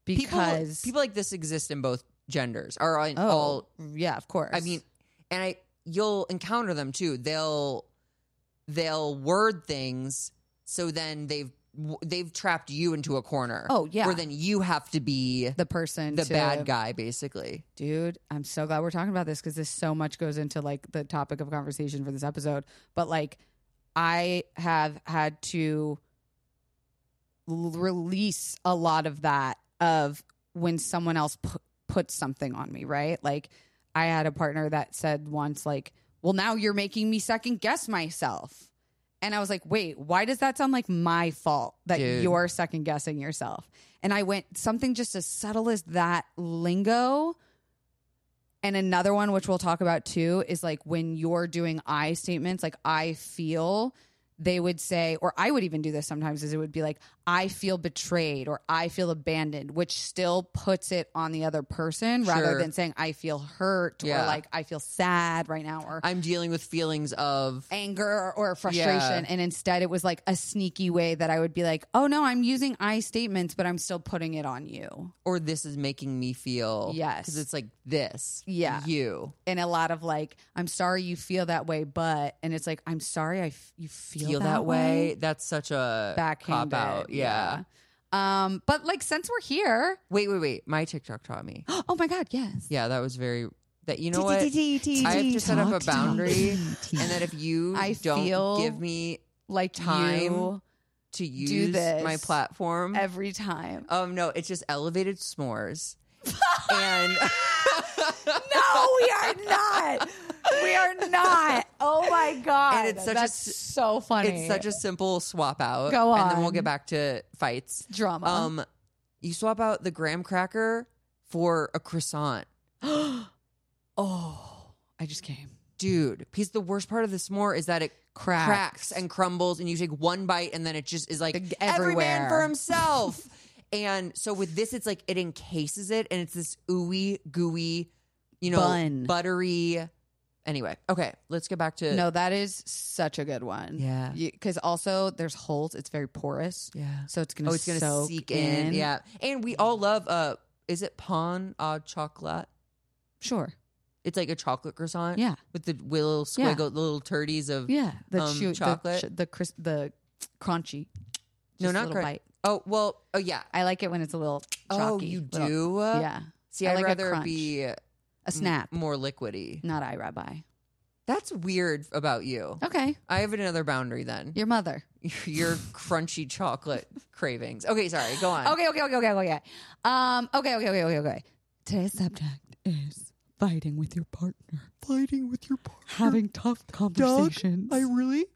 Speaker 2: People,
Speaker 1: because
Speaker 2: people like this exist in both genders, or in
Speaker 1: oh
Speaker 2: all
Speaker 1: yeah, of course.
Speaker 2: I mean, and I you'll encounter them too. They'll they'll word things so then they've they've trapped you into a corner.
Speaker 1: Oh, yeah.
Speaker 2: where then you have to be
Speaker 1: the person,
Speaker 2: the
Speaker 1: to-
Speaker 2: bad guy, basically.
Speaker 1: dude. I'm so glad we're talking about this because this so much goes into like the topic of conversation for this episode. But like, I have had to l- release a lot of that of when someone else pu- puts something on me, right? Like I had a partner that said once like, "Well, now you're making me second guess myself." And I was like, "Wait, why does that sound like my fault that
Speaker 2: Dude.
Speaker 1: you're second guessing yourself?" And I went something just as subtle as that lingo and another one which we'll talk about too is like when you're doing I statements like I feel they would say, or I would even do this sometimes, is it would be like, I feel betrayed or I feel abandoned, which still puts it on the other person rather
Speaker 2: Sure.
Speaker 1: than saying, I feel hurt
Speaker 2: Yeah.
Speaker 1: or like, I feel sad right now or
Speaker 2: I'm dealing with feelings of
Speaker 1: anger or frustration.
Speaker 2: Yeah.
Speaker 1: And instead, it was like a sneaky way that I would be like, oh no, I'm using I statements, but I'm still putting it on you.
Speaker 2: or this is making me feel
Speaker 1: Yes.
Speaker 2: because it's like this
Speaker 1: Yeah.
Speaker 2: you
Speaker 1: And a lot of like, I'm sorry you feel that way, but, and it's like, I'm sorry I f- you feel,
Speaker 2: feel, that, way. That's such a
Speaker 1: Backhanded.
Speaker 2: cop out. Yeah.
Speaker 1: yeah. Um, but like since we're here,
Speaker 2: Wait, wait, wait. My TikTok taught me.
Speaker 1: oh my god, yes.
Speaker 2: Yeah, that was very. That you know what. I have to set up a boundary, and that if you
Speaker 1: I
Speaker 2: don't
Speaker 1: feel
Speaker 2: give me
Speaker 1: like
Speaker 2: time
Speaker 1: you
Speaker 2: to use my
Speaker 1: this
Speaker 2: platform,
Speaker 1: every time.
Speaker 2: um, no, it's just elevated s'mores, and
Speaker 1: no, we are not. We are not. Oh my god.
Speaker 2: And it's such a
Speaker 1: That's
Speaker 2: s-
Speaker 1: so funny.
Speaker 2: it's such a simple swap out.
Speaker 1: Go
Speaker 2: and then we'll
Speaker 1: on.
Speaker 2: get back to fights.
Speaker 1: drama.
Speaker 2: Um, you swap out the graham cracker for a croissant,
Speaker 1: oh, I just came.
Speaker 2: dude. Because the worst part of the s'more is that it.
Speaker 1: Cracks.
Speaker 2: cracks and crumbles and you take one bite and then it just is like
Speaker 1: Like,
Speaker 2: every man
Speaker 1: everywhere.
Speaker 2: for himself and so with this it's like it encases it and it's this ooey gooey you know
Speaker 1: Bun.
Speaker 2: buttery anyway okay let's get back to
Speaker 1: No, that is such a good one.
Speaker 2: uh, Yeah.
Speaker 1: Because also there's holes. It's very porous.
Speaker 2: yeah
Speaker 1: So it's gonna
Speaker 2: oh it's gonna
Speaker 1: soak
Speaker 2: seek in.
Speaker 1: in.
Speaker 2: yeah and we all love uh is it pan au chocolat
Speaker 1: Sure.
Speaker 2: it's like a chocolate croissant
Speaker 1: Yeah.
Speaker 2: with the little
Speaker 1: Yeah.
Speaker 2: squiggle the little turdies of
Speaker 1: Yeah, the
Speaker 2: um,
Speaker 1: chew- the
Speaker 2: chocolate?
Speaker 1: ch- the, cris- the crunchy. Just
Speaker 2: No,
Speaker 1: a
Speaker 2: not
Speaker 1: little
Speaker 2: crunch.
Speaker 1: bite.
Speaker 2: oh well oh yeah
Speaker 1: I like it when it's a little.
Speaker 2: oh
Speaker 1: chalky,
Speaker 2: you do Mm.
Speaker 1: little- yeah,
Speaker 2: see
Speaker 1: I
Speaker 2: i'd
Speaker 1: like a
Speaker 2: rather
Speaker 1: crunch.
Speaker 2: be
Speaker 1: a snap,
Speaker 2: m- more liquidy.
Speaker 1: not I rabbi.
Speaker 2: That's weird about you.
Speaker 1: Okay,
Speaker 2: I have another boundary then.
Speaker 1: your mother.
Speaker 2: Your crunchy chocolate cravings. Okay, sorry. Go on.
Speaker 1: Okay, okay, okay, okay, okay. Um, okay, okay, okay, okay, okay. Today's subject is fighting with your partner,
Speaker 5: fighting with your partner.
Speaker 1: having tough
Speaker 5: Doug,
Speaker 1: conversations.
Speaker 5: I really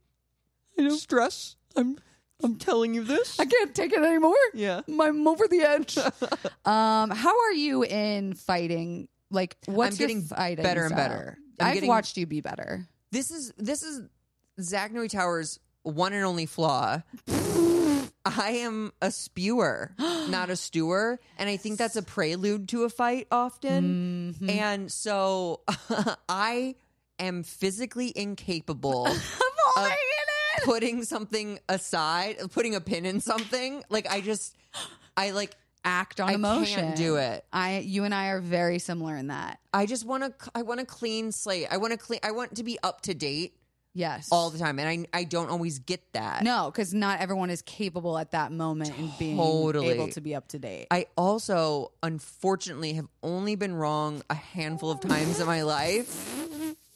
Speaker 5: stress. I'm I'm telling you this.
Speaker 1: I can't take it anymore.
Speaker 5: yeah.
Speaker 1: I'm over the edge. um, how are you in fighting? Like, what's
Speaker 2: I'm
Speaker 1: your
Speaker 2: getting
Speaker 1: fighting
Speaker 2: better and
Speaker 1: style?
Speaker 2: better. I'm
Speaker 1: I've
Speaker 2: getting-
Speaker 1: watched you be better.
Speaker 2: This is this is Zach Noy Tower's one and only flaw. I am a spewer, not a stewer, and I think that's a prelude to a fight often.
Speaker 1: Mm-hmm.
Speaker 2: And so I am physically incapable
Speaker 1: Falling in it.
Speaker 2: putting something aside, putting a pin in something. Like I just, I like,
Speaker 1: Act on
Speaker 2: I
Speaker 1: emotion.
Speaker 2: can't do it.
Speaker 1: I, you and I are very similar in that.
Speaker 2: I just want to, I want a clean slate. I want to clean. I want to be up to date
Speaker 1: Yes.
Speaker 2: all the time, and I, I don't always get that.
Speaker 1: No, because not everyone is capable at that moment in being
Speaker 2: Totally.
Speaker 1: able to be up to date.
Speaker 2: I also, unfortunately, have only been wrong a handful of times in my life.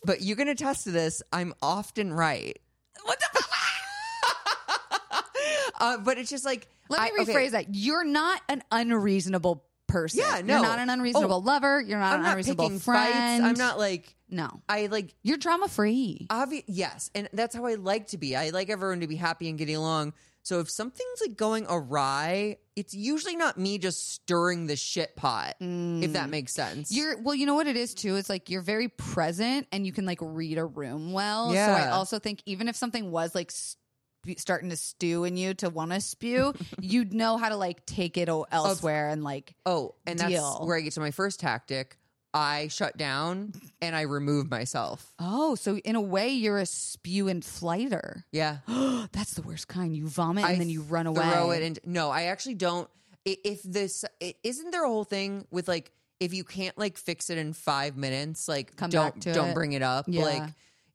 Speaker 2: But you can attest to this. I'm often right. What the fuck? uh, but it's just like
Speaker 1: Let me
Speaker 2: I- okay.
Speaker 1: rephrase that. You're not an unreasonable person.
Speaker 2: Yeah,
Speaker 1: You're
Speaker 2: no. Oh,
Speaker 1: not an unreasonable lover. You're not
Speaker 2: I'm
Speaker 1: an
Speaker 2: not
Speaker 1: unreasonable
Speaker 2: picking
Speaker 1: friend.
Speaker 2: fights. I'm not like
Speaker 1: No,
Speaker 2: I like
Speaker 1: you're drama free.
Speaker 2: obvious yes and that's how i like to be i like everyone to be happy and getting along so if something's like going awry it's usually not me just stirring the shit pot Mm. if
Speaker 1: Mm.
Speaker 2: that makes sense
Speaker 1: You're well, you know what it is too. It's like you're very present and you can like read a room well. So I
Speaker 2: Yeah.
Speaker 1: also think even if something was like sp- starting to stew in you to want to spew, you'd know how to like take it o- elsewhere and like
Speaker 2: oh and that's
Speaker 1: Deal.
Speaker 2: where i get to my first tactic i shut down and i remove myself
Speaker 1: oh, so in a way you're a spew and flighter.
Speaker 2: yeah
Speaker 1: That's the worst kind. You vomit and
Speaker 2: I
Speaker 1: then you run away.
Speaker 2: throw it and no i actually don't i- if this i- isn't there a whole thing with like if you can't like fix it in five minutes like
Speaker 1: Come
Speaker 2: don't
Speaker 1: back to
Speaker 2: don't
Speaker 1: it.
Speaker 2: bring it up
Speaker 1: Yeah.
Speaker 2: like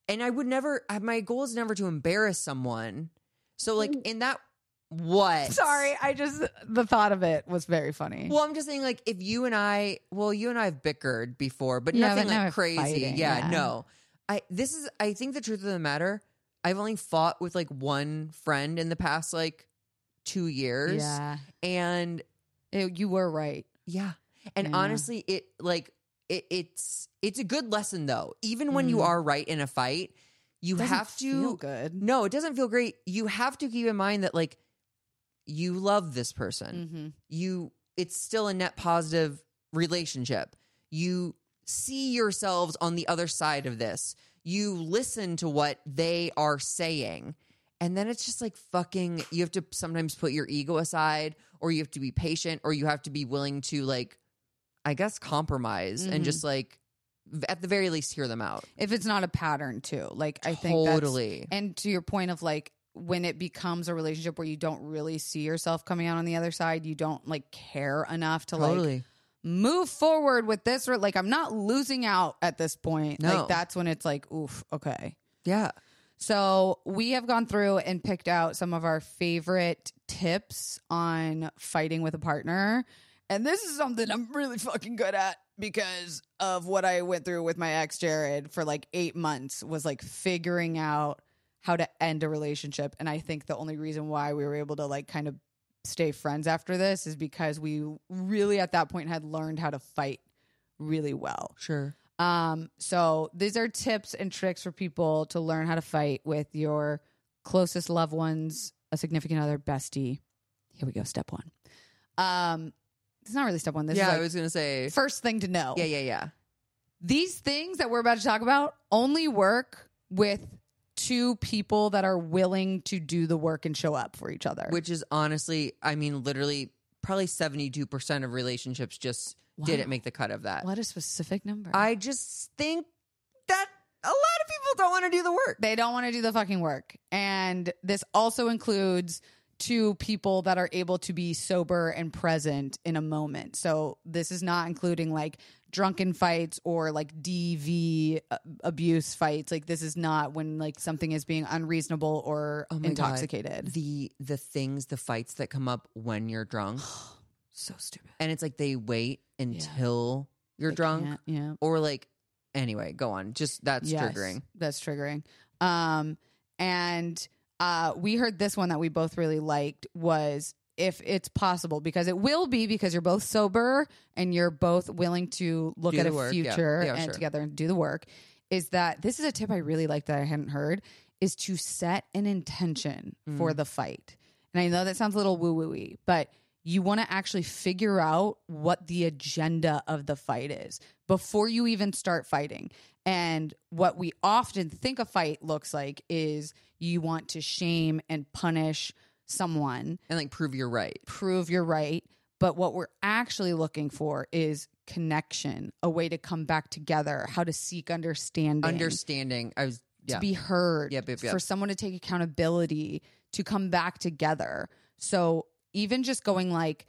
Speaker 2: and i would never I- my goal is never to embarrass someone so like in that what
Speaker 1: Mm. Sorry, I just the thought of it was very funny.
Speaker 2: well, I'm just saying, like, if you and I, well, you and I have bickered before, but
Speaker 1: Yeah,
Speaker 2: nothing
Speaker 1: but never
Speaker 2: like crazy.
Speaker 1: fighting,
Speaker 2: yeah,
Speaker 1: yeah.
Speaker 2: no. I this is, I think the truth of the matter, I've only fought with like one friend in the past like two years,
Speaker 1: yeah,
Speaker 2: and
Speaker 1: It- you were right.
Speaker 2: yeah. And
Speaker 1: Yeah.
Speaker 2: honestly, it like it, it's it's a good lesson though. Even when you are right in a fight, you
Speaker 1: Mm-hmm. Doesn't
Speaker 2: have to
Speaker 1: feel good.
Speaker 2: No, it doesn't feel great. You have to keep in mind that like you love this person.
Speaker 1: Mm-hmm.
Speaker 2: You it's still a net positive relationship. You see yourselves on the other side of this. You listen to what they are saying. And then it's just like fucking you have to sometimes put your ego aside or you have to be patient or you have to be willing to like I guess compromise
Speaker 1: Mhm.
Speaker 2: and just like v- at the very least hear them out.
Speaker 1: If it's not a pattern too, like I think that's,
Speaker 2: totally.
Speaker 1: And to your point of like when it becomes a relationship where you don't really see yourself coming out on the other side, you don't like care enough to like
Speaker 2: totally.
Speaker 1: move forward with this. Or like I'm not losing out at this point.
Speaker 2: No.
Speaker 1: Like that's when it's like, oof, okay.
Speaker 2: yeah.
Speaker 1: So we have gone through and picked out some of our favorite tips on fighting with a partner. And this is something I'm really fucking good at because of what I went through with my ex Jared for like 8 months was like figuring out how to end a relationship and I think the only reason why we were able to like kind of stay friends after this is because we really at that point had learned how to fight really well.
Speaker 2: Sure.
Speaker 1: Um, so these are tips and tricks for people to learn how to fight with your closest loved ones, a significant other, bestie. Here we go. Step one. Um, it's not really step one. This
Speaker 2: yeah, I
Speaker 1: is
Speaker 2: was going to say
Speaker 1: like first thing to know.
Speaker 2: Yeah, yeah, yeah.
Speaker 1: These things that we're about to talk about only work with two people that are willing to do the work and show up for each other.
Speaker 2: Which is honestly, I mean, literally, probably 72% of relationships just didn't
Speaker 1: Wow.
Speaker 2: make the cut of that.
Speaker 1: what a specific number.
Speaker 2: I just think that a lot of people don't want to do the work.
Speaker 1: They don't want to do the fucking work. And this also includes two people that are able to be sober and present in a moment. So this is not including like drunken fights or like DV a- abuse fights. Like this is not when like something is being unreasonable or
Speaker 2: Oh my God.
Speaker 1: intoxicated.
Speaker 2: The the things, the fights that come up when you're drunk.
Speaker 1: So stupid.
Speaker 2: And it's like they wait until you're
Speaker 1: They
Speaker 2: drunk.
Speaker 1: can't- Yeah.
Speaker 2: Or like anyway, go on. Just that's
Speaker 1: Yes,
Speaker 2: triggering.
Speaker 1: That's triggering. Um, and uh, we heard this one that we both really liked was if it's possible because it will be because you're both sober and you're both willing to look
Speaker 2: Do
Speaker 1: at
Speaker 2: the
Speaker 1: a
Speaker 2: work, yeah.
Speaker 1: future
Speaker 2: Yeah,
Speaker 1: and
Speaker 2: sure.
Speaker 1: together and do the work. Is that this is a tip I really like that I hadn't heard is to set an intention for the fight. And I know that sounds a little woo woo y, but you want to actually figure out what the agenda of the fight is before you even start fighting. And what we often think a fight looks like is you want to shame and punish someone,
Speaker 2: And like prove you're right.
Speaker 1: prove you're right. But what we're actually looking for is connection, a way to come back together, how to seek understanding
Speaker 2: Understanding. I was yeah.
Speaker 1: to be heard,
Speaker 2: Yep, yep, yep.
Speaker 1: for someone to take accountability, to come back together. So even just going like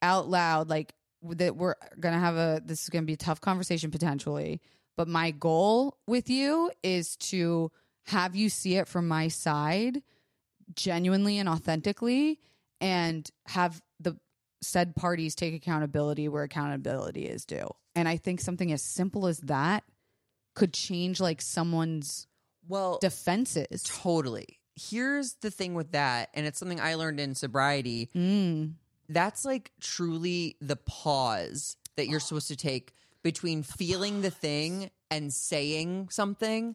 Speaker 1: out loud, like that we're gonna have a this is gonna be a tough conversation potentially, but my goal with you is to have you see it from my side genuinely and authentically and have the said parties take accountability where accountability is due. And I think something as simple as that could change like someone's
Speaker 2: well
Speaker 1: defenses.
Speaker 2: Totally. Here's the thing with that, and it's something I learned in sobriety.
Speaker 1: Mm.
Speaker 2: that's like truly the pause that you're supposed to take between feeling the thing and saying something.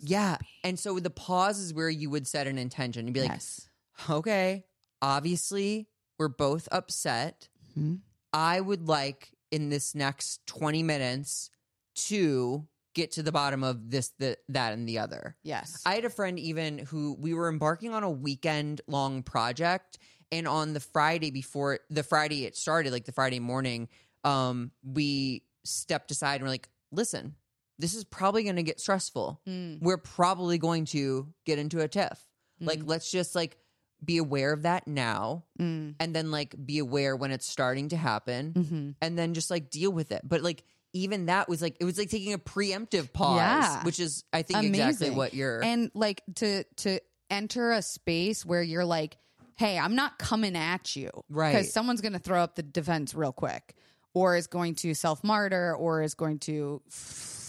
Speaker 2: yeah. And so the pause is where you would set an intention. You'd be like,
Speaker 1: yes.
Speaker 2: okay, obviously we're both upset.
Speaker 1: Mhm.
Speaker 2: I would like in this next 20 minutes to get to the bottom of this, the, that, and the other.
Speaker 1: Yes.
Speaker 2: I had a friend even who we were embarking on a weekend long project and on the Friday before the Friday it started, like the Friday morning, um, we stepped aside and were like, listen, this is probably gonna get stressful.
Speaker 1: Mm.
Speaker 2: We're probably going to get into a tiff. Like,
Speaker 1: Mm.
Speaker 2: let's just like be aware of that now
Speaker 1: Mm.
Speaker 2: and then like be aware when it's starting to happen
Speaker 1: Mhm.
Speaker 2: and then just like deal with it. But like even that was like it was like taking a preemptive pause,
Speaker 1: Yeah.
Speaker 2: which is I think exactly
Speaker 1: Amazing.
Speaker 2: what you're
Speaker 1: And like to to enter a space where you're like, hey, I'm not coming at you,
Speaker 2: Right.
Speaker 1: Because someone's going to throw up the defense real quick, or is going to self martyr, or is going to f-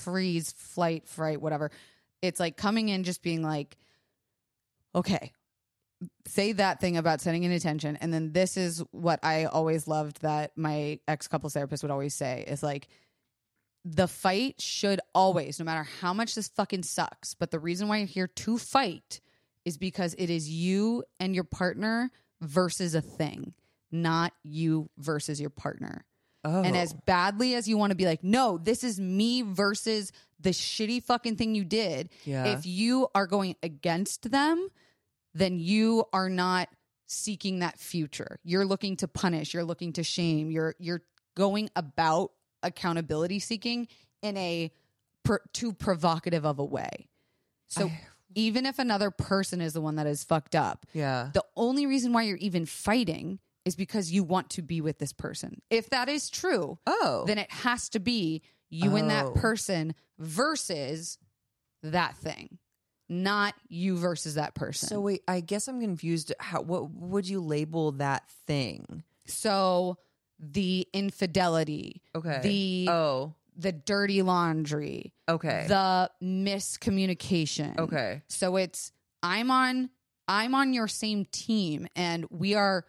Speaker 1: freeze, flight, fright, whatever. It's like coming in, just being like, okay. Say that thing about setting an intention. And then this is what I always loved that my ex couple therapist would always say is like, the fight should always, no matter how much this fucking sucks, but the reason why you're here to fight is because it is you and your partner versus a thing, not you versus your partner.
Speaker 2: oh.
Speaker 1: And as badly as you want to be like, no, this is me versus the shitty fucking thing you did,
Speaker 2: yeah.
Speaker 1: if you are going against them, then you are not seeking that future. You're looking to punish, you're looking to shame, you're you're going about accountability seeking in a per, too provocative of a way. So
Speaker 2: I-
Speaker 1: even if another person is the one that is fucked up,
Speaker 2: yeah.
Speaker 1: the only reason why you're even fighting is because you want to be with this person. If that is true,
Speaker 2: oh.
Speaker 1: then it has to be you and
Speaker 2: Oh.
Speaker 1: that person versus that thing, not you versus that person.
Speaker 2: so wait, I guess I'm confused. How what would you label that thing?
Speaker 1: So the infidelity,
Speaker 2: Okay.
Speaker 1: the
Speaker 2: oh.
Speaker 1: the dirty laundry,
Speaker 2: Okay.
Speaker 1: the miscommunication.
Speaker 2: okay.
Speaker 1: So it's I'm on I'm on your same team and we are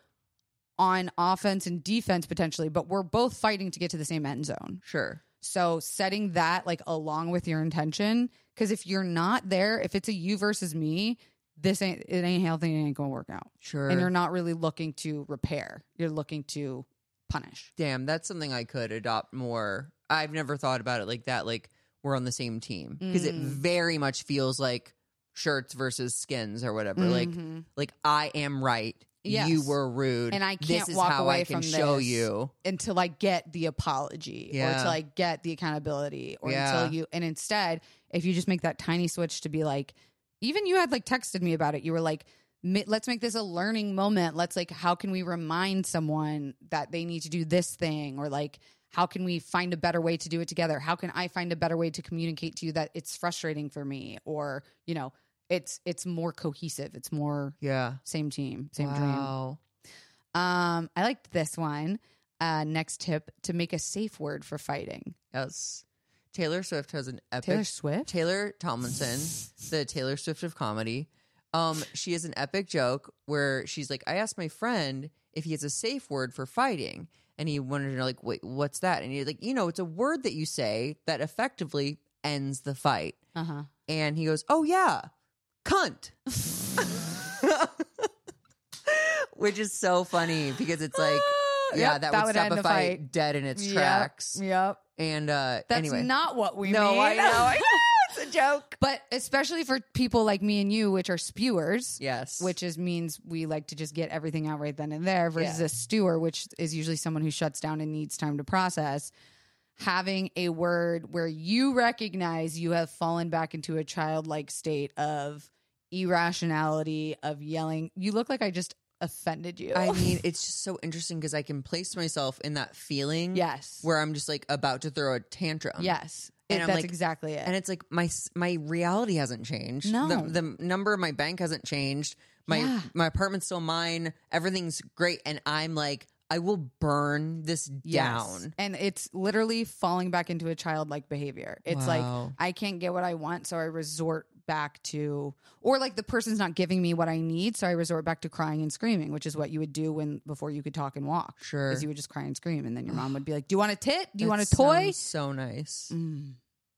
Speaker 1: on offense and defense potentially, but we're both fighting to get to the same end zone.
Speaker 2: Sure.
Speaker 1: So setting that like along with your intention, because if you're not there, if it's a you versus me, this ain't it ain't healthy, it ain't gonna work out,
Speaker 2: Sure.
Speaker 1: and you're not really looking to repair. You're looking to punish.
Speaker 2: Damn, that's something I could adopt more. I've never thought about it like that. Like we're on the same team because it
Speaker 1: Mm.
Speaker 2: very much feels like shirts versus skins or whatever. Like
Speaker 1: Mhm.
Speaker 2: like I am right. You
Speaker 1: Yes.
Speaker 2: were rude,
Speaker 1: And I
Speaker 2: this
Speaker 1: can't
Speaker 2: is
Speaker 1: walk
Speaker 2: how I
Speaker 1: away from
Speaker 2: can show
Speaker 1: this.
Speaker 2: you.
Speaker 1: until I get the apology, or
Speaker 2: Yeah.
Speaker 1: until I get the accountability, or
Speaker 2: Yeah.
Speaker 1: until you. And instead, if you just make that tiny switch to be like, even you had like texted me about it. You were like. "Mi- Let's make this a learning moment. Let's like, how can we remind someone that they need to do this thing, or like, how can we find a better way to do it together how can i find a better way to communicate to you that it's frustrating for me or you know it's it's more cohesive it's more
Speaker 2: Yeah.
Speaker 1: same team same dream
Speaker 2: wow.
Speaker 1: um i liked this one uh next tip to make a safe word for fighting
Speaker 2: Yes. Taylor Swift has an epic
Speaker 1: taylor swift
Speaker 2: Taylor Tomlinson, the Taylor Swift of comedy. Um, she has an epic joke where she's like, I asked my friend if he has a safe word for fighting. And he wanted to know, like, wait, what's that? And he's like, you know, it's a word that you say that effectively ends the fight.
Speaker 1: uh-huh
Speaker 2: And he goes, oh, yeah, cunt. Which is so funny because it's like, yeah,
Speaker 1: Yep,
Speaker 2: that,
Speaker 1: that
Speaker 2: would
Speaker 1: would
Speaker 2: stop
Speaker 1: end
Speaker 2: a
Speaker 1: a
Speaker 2: fight,
Speaker 1: fight.
Speaker 2: dead in its
Speaker 1: Yep,
Speaker 2: tracks.
Speaker 1: yep
Speaker 2: And uh,
Speaker 1: that's
Speaker 2: anyway,
Speaker 1: not what we
Speaker 2: no,
Speaker 1: mean
Speaker 2: I know, I know, it's a joke.
Speaker 1: but especially for people like me and you which are spewers
Speaker 2: Yes,
Speaker 1: which is means we like to just get everything out right then and there versus
Speaker 2: Yeah.
Speaker 1: a stewer which is usually someone who shuts down and needs time to process having a word where you recognize you have fallen back into a childlike state of irrationality of yelling you look like i just offended you
Speaker 2: I mean, it's just so interesting because I can place myself in that feeling
Speaker 1: yes
Speaker 2: where I'm just like about to throw a tantrum.
Speaker 1: yes
Speaker 2: and
Speaker 1: It-
Speaker 2: I'm
Speaker 1: that's
Speaker 2: like-
Speaker 1: exactly it
Speaker 2: And it's like my s- my reality hasn't changed.
Speaker 1: No.
Speaker 2: The, the number of my bank hasn't changed. My
Speaker 1: Yeah.
Speaker 2: my apartment's still mine. Everything's great and I'm like I will burn this down.
Speaker 1: and it's literally falling back into a childlike behavior it's like
Speaker 2: Wow.
Speaker 1: I can't get what I want, so I resort back to or like the person's not giving me what I need, so I resort back to crying and screaming, which is what you would do when before you could talk and walk.
Speaker 2: Sure.
Speaker 1: Because you would just cry and scream and then your mom would be like, Do you want a tit? Do you want a
Speaker 2: That
Speaker 1: toy?
Speaker 2: sounds So nice.
Speaker 1: Mm.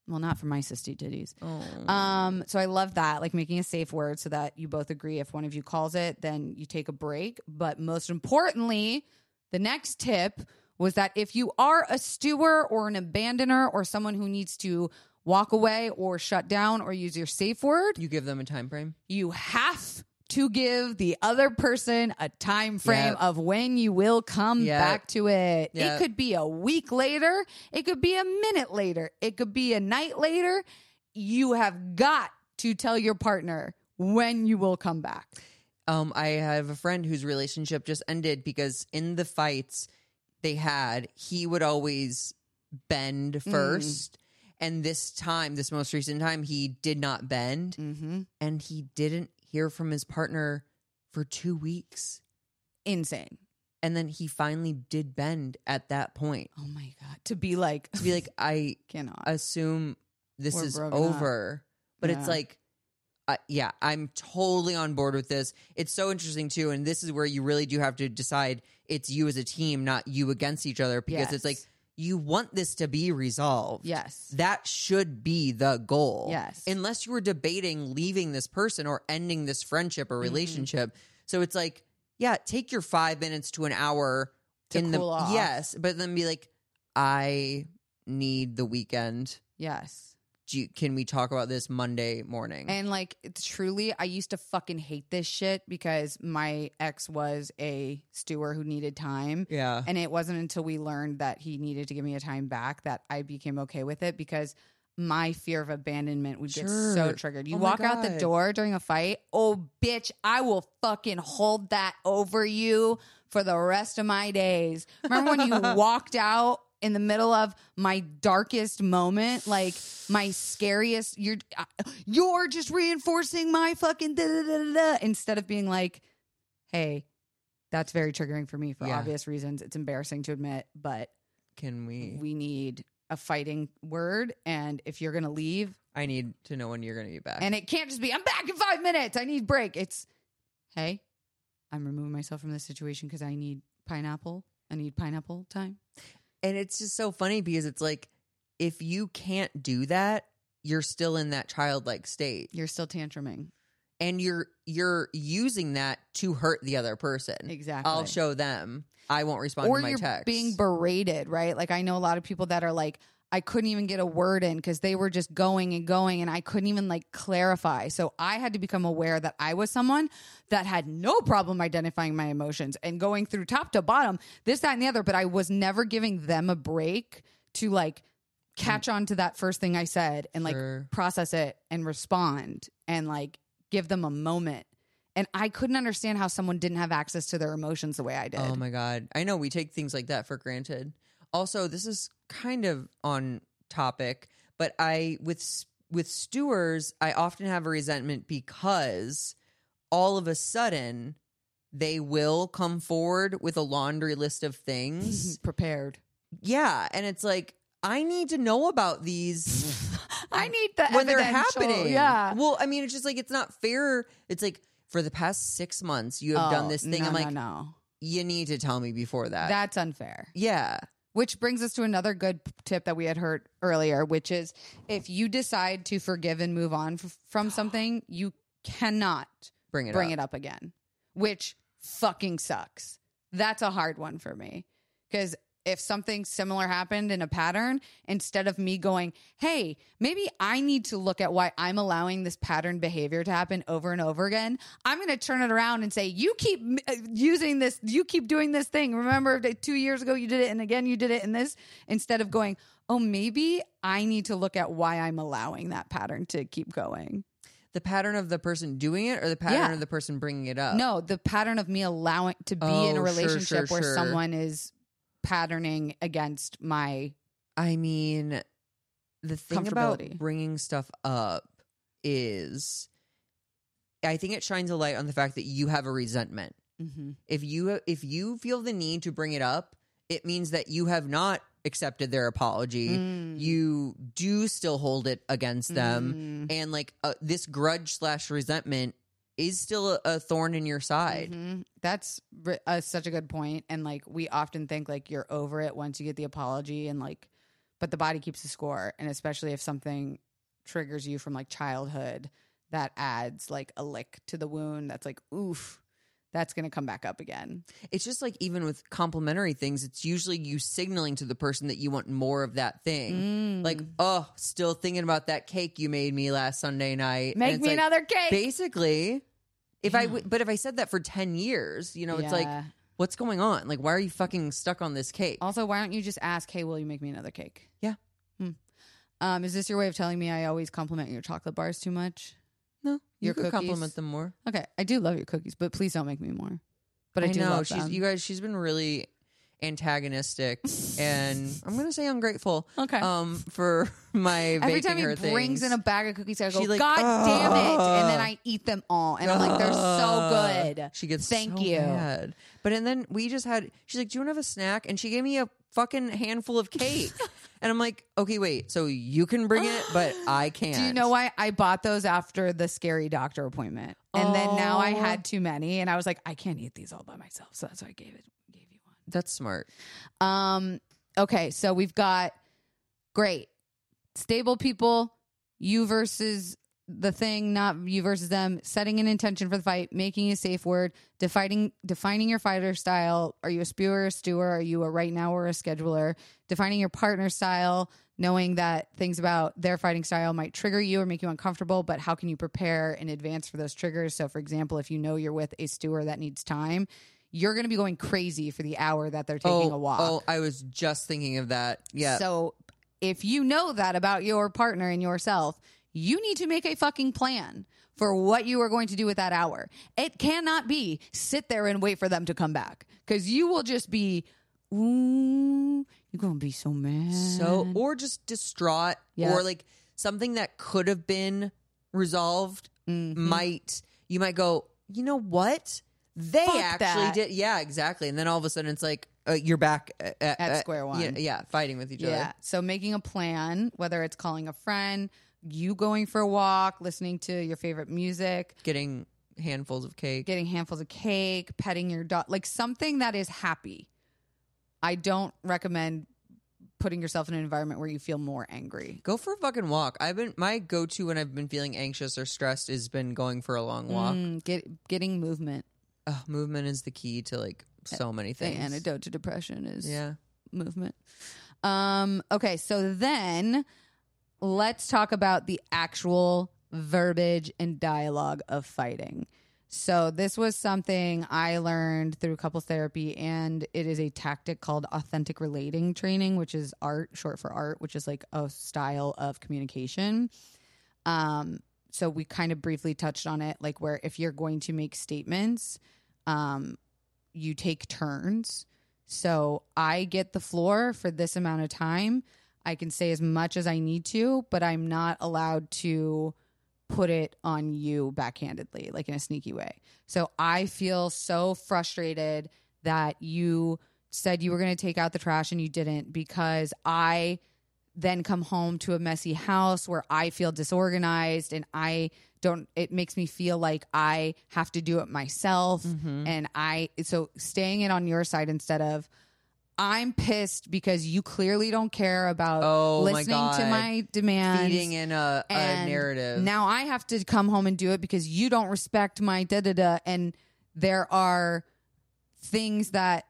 Speaker 1: Well, not for my sissy titties.
Speaker 2: Oh.
Speaker 1: Um, so I love that, like making a safe word so that you both agree if one of you calls it, then you take a break. But most importantly, the next tip was that if you are a steward or an abandoner or someone who needs to walk away or shut down or use your safe word,
Speaker 2: you give them a time frame.
Speaker 1: you have to give the other person a time frame
Speaker 2: Yep.
Speaker 1: of when you will come
Speaker 2: Yep.
Speaker 1: back to it. It
Speaker 2: Yep.
Speaker 1: could be a week later, it could be a minute later, it could be a night later. You have got to tell your partner when you will come back.
Speaker 2: Um, I have a friend whose relationship just ended because in the fights they had, he would always bend first. And this time, this most recent time, he did not bend
Speaker 1: Mm-hmm.
Speaker 2: and he didn't hear from his partner for two weeks.
Speaker 1: Insane.
Speaker 2: And then he finally did bend at that point.
Speaker 1: Oh my God. To be like,
Speaker 2: To be like, I
Speaker 1: cannot.
Speaker 2: assume this
Speaker 1: We're
Speaker 2: is
Speaker 1: broken up.
Speaker 2: over. But
Speaker 1: Yeah.
Speaker 2: it's like, uh, yeah, I'm totally on board with this. It's so interesting too, and this is where you really do have to decide it's you as a team, not you against each other, because it's like
Speaker 1: Yes.
Speaker 2: you want this to be resolved.
Speaker 1: yes.
Speaker 2: That should be the goal.
Speaker 1: Yes.
Speaker 2: Unless you were debating leaving this person or ending this friendship
Speaker 1: Mm-hmm.
Speaker 2: or relationship. So it's like, yeah, take your five minutes to an hour
Speaker 1: To
Speaker 2: in the
Speaker 1: cool off.
Speaker 2: yes, but then be like, I need the weekend.
Speaker 1: Yes.
Speaker 2: Do you, can we talk about this Monday morning?
Speaker 1: And like it's truly, I used to fucking hate this shit because my ex was a steward who needed time.
Speaker 2: yeah.
Speaker 1: And it wasn't until we learned that he needed to give me a time back that I became okay with it because my fear of abandonment would get so
Speaker 2: Sure.
Speaker 1: triggered. You
Speaker 2: Oh my
Speaker 1: walk out the
Speaker 2: God.
Speaker 1: door during a fight, oh bitch, I will fucking hold that over you for the rest of my days. Remember when you walked out in the middle of my darkest moment, like my scariest you're I- you're just reinforcing my fucking da da da da instead of being like, "Hey, that's very triggering for me for
Speaker 2: Yeah.
Speaker 1: obvious reasons. It's embarrassing to admit, but
Speaker 2: can we,
Speaker 1: we need a fighting word. And if you're going to leave,
Speaker 2: I need to know when you're going to be back.
Speaker 1: and it can't just be, I'm back in five minutes. I need break. It's, hey, I'm removing myself from this situation because I need pineapple. I need pineapple time.
Speaker 2: and it's just so funny because it's like, if you can't do that, you're still in that childlike state.
Speaker 1: You're still tantruming.
Speaker 2: and you're you're using that to hurt the other person.
Speaker 1: Exactly.
Speaker 2: I'll show them. I won't respond
Speaker 1: or
Speaker 2: to my
Speaker 1: you're
Speaker 2: text.
Speaker 1: being berated, right? Like I know a lot of people that are like, I couldn't even get a word in because they were just going and going, and I couldn't even like clarify. So I had to become aware that I was someone that had no problem identifying my emotions and going through top to bottom, this, that, and the other. But I was never giving them a break to like catch on to that first thing I said and like
Speaker 2: Mm. Sure.
Speaker 1: process it and respond and like give them a moment. And I couldn't understand how someone didn't have access to their emotions the way I did.
Speaker 2: oh my god, I know we take things like that for granted. Also, this is kind of on topic, but I with s- with stewards, I often have a resentment because all of a sudden they will come forward with a laundry list of things.
Speaker 1: Mm-hmm. prepared.
Speaker 2: yeah, and it's like I need to know about these.
Speaker 1: I need the
Speaker 2: when they're
Speaker 1: evidential-
Speaker 2: happening.
Speaker 1: Yeah.
Speaker 2: Well, I mean, it's just like it's not fair. It's like for the past six months you have done
Speaker 1: Oh,
Speaker 2: this thing.
Speaker 1: No,
Speaker 2: I'm like,
Speaker 1: no, no.
Speaker 2: you need to tell me before that.
Speaker 1: That's unfair.
Speaker 2: yeah.
Speaker 1: Which brings us to another good p- tip that we had heard earlier, which is if you decide to forgive and move on f- from something, you cannot
Speaker 2: Bring it
Speaker 1: bring
Speaker 2: up.
Speaker 1: it up again, which fucking sucks. That's a hard one for me because if something similar happened in a pattern, instead of me going, hey, maybe I need to look at why I'm allowing this pattern behavior to happen over and over again, I'm going to turn it around and say, you keep m- uh, using this, you keep doing this thing. Remember that two years ago you did it and again you did it and this, instead of going, oh, maybe I need to look at why I'm allowing that pattern to keep going.
Speaker 2: The pattern of the person doing it or the pattern
Speaker 1: Yeah.
Speaker 2: of the person bringing it up?
Speaker 1: No, the pattern of me allowing to be in a
Speaker 2: Uh, Oh, sure, sure,
Speaker 1: relationship where
Speaker 2: sure.
Speaker 1: someone is patterning against my
Speaker 2: I mean, the thing about
Speaker 1: Comfortability.
Speaker 2: bringing stuff up is I think it shines a light on the fact that you have a resentment.
Speaker 1: mm-hmm.
Speaker 2: if you if you feel the need to bring it up it means that you have not accepted their apology.
Speaker 1: Mm. Mm-hmm.
Speaker 2: You do still hold it against
Speaker 1: Mm.
Speaker 2: them, and like uh, this grudge slash resentment is still a, a thorn in your side.
Speaker 1: Mhm. That's ri- uh, such a good point. And like we often think like you're over it once you get the apology and like, but the body keeps the score. And especially if something triggers you from like childhood, that adds like a lick to the wound. That's like, oof, that's going to come back up again.
Speaker 2: It's just like even with complimentary things, it's usually you signaling to the person that you want more of that thing.
Speaker 1: Mm.
Speaker 2: Like, oh, still thinking about that cake you made me last Sunday night. And
Speaker 1: Make
Speaker 2: it's
Speaker 1: me
Speaker 2: like,
Speaker 1: another cake.
Speaker 2: Basically, if I w- but if I said that for ten years, you know, it's like,
Speaker 1: Yeah.
Speaker 2: what's going on? Like, why are you fucking stuck on this cake?
Speaker 1: also, why don't you just ask, hey, will you make me another cake?
Speaker 2: Yeah.
Speaker 1: Hmm. Um, is this your way of telling me I always compliment your chocolate bars too much?
Speaker 2: no, you
Speaker 1: Your
Speaker 2: could
Speaker 1: cookies?
Speaker 2: compliment them more.
Speaker 1: Okay, I do love your cookies, but please don't make me more. But I, do
Speaker 2: know
Speaker 1: love
Speaker 2: she's
Speaker 1: them.
Speaker 2: you guys. She's been really antagonistic, and I'm gonna say ungrateful.
Speaker 1: Okay.
Speaker 2: um, for my
Speaker 1: Every
Speaker 2: baking
Speaker 1: time he
Speaker 2: her
Speaker 1: brings
Speaker 2: things.
Speaker 1: in a bag of cookies, I go,
Speaker 2: She like,
Speaker 1: God damn it. And then
Speaker 2: "Ugh."
Speaker 1: I eat them all. And I'm like, they're so
Speaker 2: Ugh.
Speaker 1: good.
Speaker 2: She gets
Speaker 1: Thank
Speaker 2: so
Speaker 1: you.
Speaker 2: mad. But and then we just had. She's like, "Do you want to have a snack?" And she gave me a fucking handful of cake, and I'm like, "Okay, wait. So you can bring it, but I can't."
Speaker 1: Do you know why I bought those after the scary doctor appointment? And then now I
Speaker 2: Oh.
Speaker 1: had too many and I was like, I can't eat these all by myself. So that's why I gave it gave you one.
Speaker 2: That's smart.
Speaker 1: Um, okay, so we've got great. Stable people, you versus the thing, not you versus them, setting an intention for the fight, making a safe word, defining defining your fighter style. Are you a spewer or a stewer? Are you a right now or a scheduler? Defining your partner style, knowing that things about their fighting style might trigger you or make you uncomfortable, but how can you prepare in advance for those triggers? So for example, if you know you're with a stewer that needs time, you're gonna be going crazy for the hour that they're taking
Speaker 2: oh,
Speaker 1: a walk.
Speaker 2: Oh, I was just thinking of that. Yeah.
Speaker 1: So if you know that about your partner and yourself, you need to make a fucking plan for what you are going to do with that hour. It cannot be sit there and wait for them to come back because you will just be, ooh, you're going to be so mad.
Speaker 2: so or just distraught
Speaker 1: Yeah.
Speaker 2: or like something that could have been resolved
Speaker 1: Mm-hmm.
Speaker 2: Mm-hmm. might you might go you know what they
Speaker 1: Fuck
Speaker 2: actually
Speaker 1: that."
Speaker 2: did yeah exactly and then all of a sudden it's like uh, you're back at, at,
Speaker 1: square
Speaker 2: yeah,
Speaker 1: one.
Speaker 2: yeah fighting with each
Speaker 1: Yeah.
Speaker 2: other
Speaker 1: So making a plan, whether it's calling a friend, you going for a walk, listening to your favorite music,
Speaker 2: getting handfuls of cake
Speaker 1: getting handfuls of cake, petting your dog, like something that is happy. I don't recommend putting yourself in an environment where you feel more angry.
Speaker 2: go for a fucking walk i've been my go-to when i've been feeling anxious or stressed has been going for a long walk
Speaker 1: Mm, get getting movement.
Speaker 2: Ugh, movement is the key to like so many
Speaker 1: The
Speaker 2: things
Speaker 1: antidote to depression is
Speaker 2: yeah
Speaker 1: movement. Um, okay, so then let's talk about the actual verbiage and dialogue of fighting. So this was something I learned through couples therapy, and it is a tactic called authentic relating training, which is art, short for art, which is like a style of communication. Um, so we kind of briefly touched on it, like where if you're going to make statements, um, you take turns. So I get the floor for this amount of time. I can say as much as I need to, but I'm not allowed to put it on you backhandedly, like in a sneaky way. So I feel so frustrated that you said you were going to take out the trash and you didn't because I then come home to a messy house where I feel disorganized and I don't, it makes me feel like I have to do it myself.
Speaker 2: Mm-hmm.
Speaker 1: And I, so staying it on your side instead of, I'm pissed because you clearly don't care about
Speaker 2: Oh my
Speaker 1: listening to
Speaker 2: God.
Speaker 1: my demands.
Speaker 2: feeding in a, a
Speaker 1: and
Speaker 2: narrative
Speaker 1: Now I have to come home and do it because you don't respect my da da da. And there are things that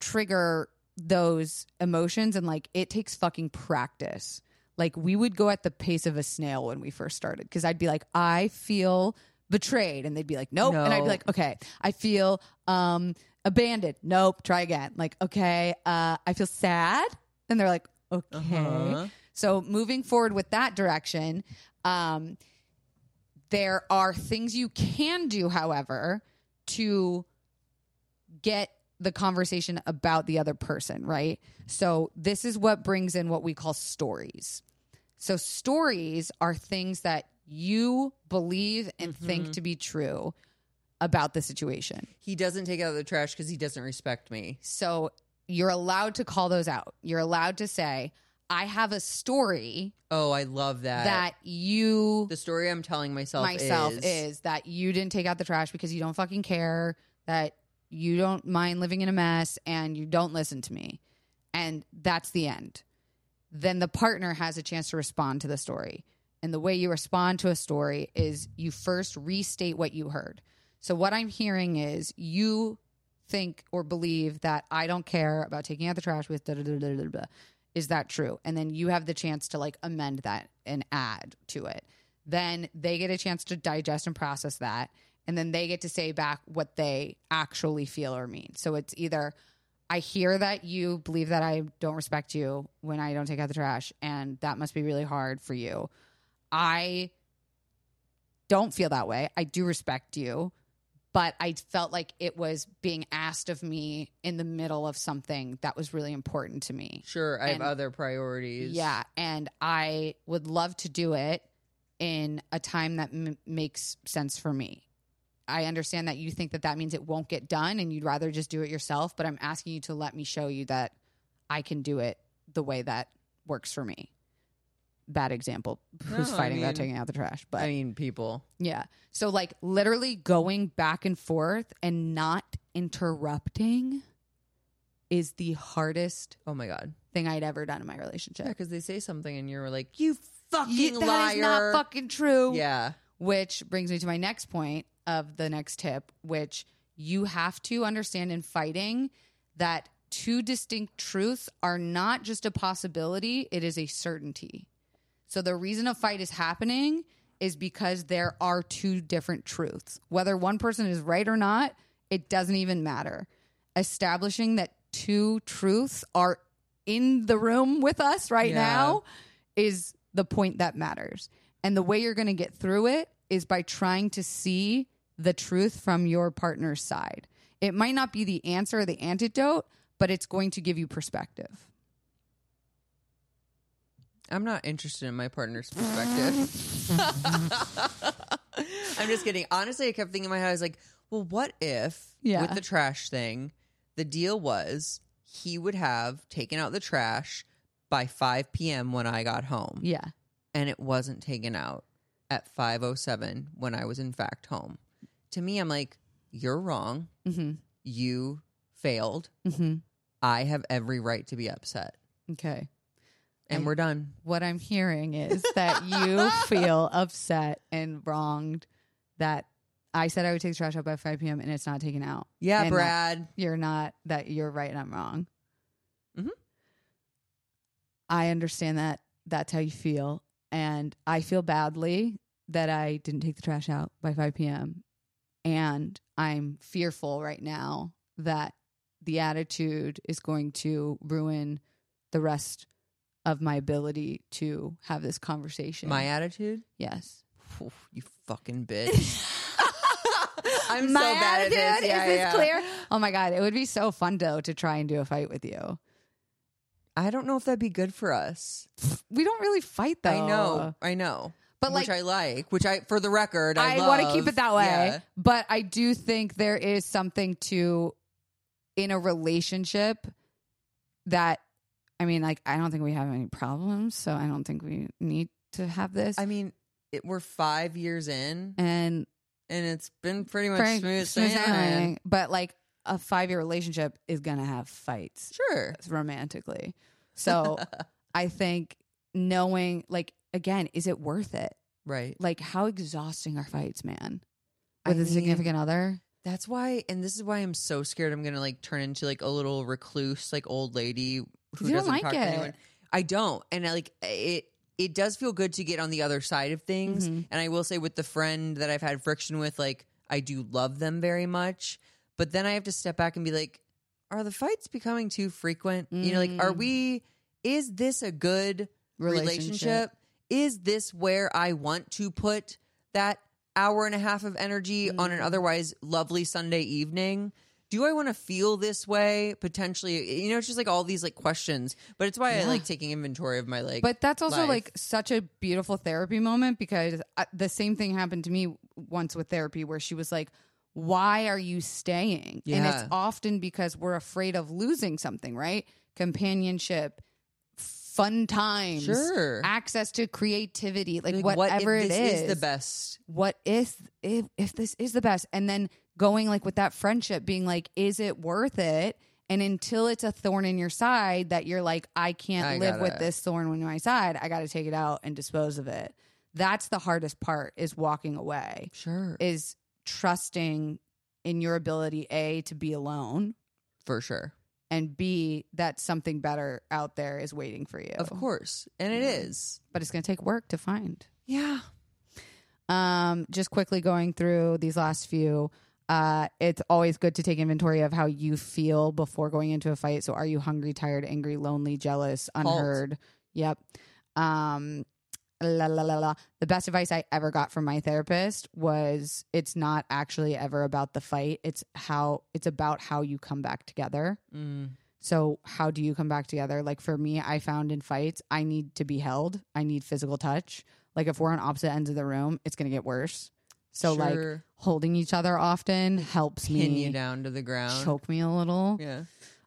Speaker 1: trigger those emotions, and like it takes fucking practice. Like we would go at the pace of a snail when we first started because I'd be like, I feel betrayed, and they'd be like, Nope, and I'd
Speaker 2: No.
Speaker 1: be like, Okay, I feel um abandoned. Nope, try again. Like, okay, uh, I feel sad, and they're like, Okay.
Speaker 2: Uh-huh.
Speaker 1: So moving forward with that direction, um, there are things you can do, however, to get the conversation about the other person, right? So this is what brings in what we call stories. So stories are things that you believe and think to be true about the situation.
Speaker 2: he doesn't take out the trash because he doesn't respect me.
Speaker 1: So you're allowed to call those out. You're allowed to say, I have a story
Speaker 2: Oh, I love that.
Speaker 1: that you
Speaker 2: the story I'm telling myself,
Speaker 1: myself
Speaker 2: is,
Speaker 1: is. that you didn't take out the trash because you don't fucking care, that you don't mind living in a mess, and you don't listen to me. And that's the end. Then the partner has a chance to respond to the story. And the way you respond to a story is you first restate what you heard. So, what I'm hearing is you think or believe that I don't care about taking out the trash with da da da da da. da. Is that true? And then you have the chance to like amend that and add to it. Then they get a chance to digest and process that. And then they get to say back what they actually feel or mean. So it's either I hear that you believe that I don't respect you when I don't take out the trash, and that must be really hard for you. I don't feel that way. I do respect you, but I felt like it was being asked of me in the middle of something that was really important to me.
Speaker 2: Sure, I have
Speaker 1: And-
Speaker 2: other priorities.
Speaker 1: Yeah, and I would love to do it in a time that m- makes sense for me. I understand that you think that that means it won't get done and you'd rather just do it yourself, but I'm asking you to let me show you that I can do it the way that works for me. Bad example. Who's
Speaker 2: No, I
Speaker 1: fighting about
Speaker 2: mean-
Speaker 1: taking out the trash? But
Speaker 2: I mean, people.
Speaker 1: yeah. So like literally going back and forth and not interrupting is the hardest
Speaker 2: Oh my god.
Speaker 1: thing I'd ever done in my relationship.
Speaker 2: Yeah, because they say something and you're like, you fucking
Speaker 1: Ye- That is
Speaker 2: liar.
Speaker 1: not fucking true.
Speaker 2: yeah.
Speaker 1: Which brings me to my next point of the next tip, which you have to understand in fighting that two distinct truths are not just a possibility, it is a certainty. So the reason a fight is happening is because there are two different truths. Whether one person is right or not, it doesn't even matter. Establishing that two truths are in the room with us right
Speaker 2: Yeah.
Speaker 1: now is the point that matters. And the way you're going to get through it is by trying to see the truth from your partner's side. It might not be the answer or the antidote, but it's going to give you perspective.
Speaker 2: I'm not interested in my partner's perspective. I'm just kidding. Honestly, I kept thinking in my head, I was like, well, what if
Speaker 1: Yeah.
Speaker 2: with the trash thing, the deal was he would have taken out the trash by 5 p.m. when I got home,
Speaker 1: Yeah.
Speaker 2: and it wasn't taken out at 5:07 when I was in fact home. To me, I'm like, you're wrong.
Speaker 1: Mm-hmm.
Speaker 2: You failed.
Speaker 1: Mm-hmm.
Speaker 2: I have every right to be upset,
Speaker 1: Okay.
Speaker 2: and
Speaker 1: I-
Speaker 2: we're done.
Speaker 1: what I'm hearing is that you feel upset and wronged that I said I would take the trash out by 5 p.m. and it's not taken out.
Speaker 2: Yeah,
Speaker 1: And, uh,
Speaker 2: Brad.
Speaker 1: You're not that you're right and I'm wrong.
Speaker 2: Mhm.
Speaker 1: I understand that that's how you feel, and I feel badly that I didn't take the trash out by 5 p.m. And I'm fearful right now that the attitude is going to ruin the rest of my ability to have this conversation.
Speaker 2: My attitude.
Speaker 1: yes.
Speaker 2: Phew, you fucking bitch. I'm
Speaker 1: My
Speaker 2: so bad
Speaker 1: attitude
Speaker 2: at this. Yeah,
Speaker 1: is this
Speaker 2: yeah.
Speaker 1: clear? Oh my god, it would be so fun though to try and do a fight with you.
Speaker 2: I don't know if that'd be good for us.
Speaker 1: We don't really fight though.
Speaker 2: I know. I know.
Speaker 1: But,
Speaker 2: which
Speaker 1: like-
Speaker 2: I like, which I for the record, I,
Speaker 1: want to
Speaker 2: love.
Speaker 1: keep it that way.
Speaker 2: Yeah.
Speaker 1: But I do think there is something to in a relationship that I mean, like I don't think we have any problems, so I don't think we need to have this.
Speaker 2: I mean, it, we're five years in,
Speaker 1: and
Speaker 2: and it's been pretty much
Speaker 1: Frank-
Speaker 2: smooth
Speaker 1: smooth
Speaker 2: sailing.
Speaker 1: sailing, but like a five year relationship is gonna have fights
Speaker 2: Sure.
Speaker 1: romantically. So I think knowing like again, is it worth it?
Speaker 2: Right.
Speaker 1: Like how exhausting are fights, man?
Speaker 2: I
Speaker 1: With a
Speaker 2: mean-
Speaker 1: significant other?
Speaker 2: That's why, and this is why I'm so scared. I'm gonna like turn into like a little recluse, like old lady who
Speaker 1: You don't
Speaker 2: doesn't
Speaker 1: like
Speaker 2: talk to
Speaker 1: it.
Speaker 2: anyone. I don't, and I like it. It does feel good to get on the other side of things,
Speaker 1: Mhm.
Speaker 2: and I will say with the friend that I've had friction with, like I do love them very much, but then I have to step back and be like, are the fights becoming too frequent? You know, like are
Speaker 1: Mm.
Speaker 2: we? Is this a good relationship? Is this where I want to put that hour and a half of energy on
Speaker 1: Mm.
Speaker 2: an otherwise lovely Sunday evening? Do I want to feel this way potentially? You know, it's just like all these like questions, but it's why I
Speaker 1: Yeah.
Speaker 2: like taking inventory of my like.
Speaker 1: But that's also
Speaker 2: life.
Speaker 1: like such a uh, beautiful therapy moment because I, the same thing happened to me once with therapy where she was like, why are you staying? And
Speaker 2: Yeah.
Speaker 1: it's often because we're afraid of losing something, right? Companionship, fun times,
Speaker 2: Sure.
Speaker 1: access to creativity, like,
Speaker 2: Like, what if
Speaker 1: whatever it
Speaker 2: this
Speaker 1: is.
Speaker 2: the best.
Speaker 1: What if, if if this is the best? And then going like with that friendship, being like, is it worth it? And until it's a thorn in your side that you're like, I can't
Speaker 2: I
Speaker 1: live with
Speaker 2: gotta-
Speaker 1: this thorn on my side. I got to take it out and dispose of it. That's the hardest part is walking away
Speaker 2: Sure.
Speaker 1: is trusting in your ability a to be alone
Speaker 2: for sure.
Speaker 1: and b that something better out there is waiting for you
Speaker 2: Of course. And it is.
Speaker 1: but it's going to take work to find
Speaker 2: Yeah.
Speaker 1: um just quickly going through these last few uh it's always good to take inventory of how you feel before going into a fight so are you hungry tired angry lonely jealous unheard yep um la la la la the best advice i ever got from my therapist was it's not actually ever about the fight it's how it's about how you come back together
Speaker 2: Mm.
Speaker 1: so how do you come back together? Like for me, I found in fights, I need to be held. I need physical touch. Like if we're on opposite ends of the room, it's gonna get worse. So like
Speaker 2: Sure.
Speaker 1: holding each other often helps
Speaker 2: pin
Speaker 1: me
Speaker 2: you down to the ground.
Speaker 1: choke me a little,
Speaker 2: Yeah.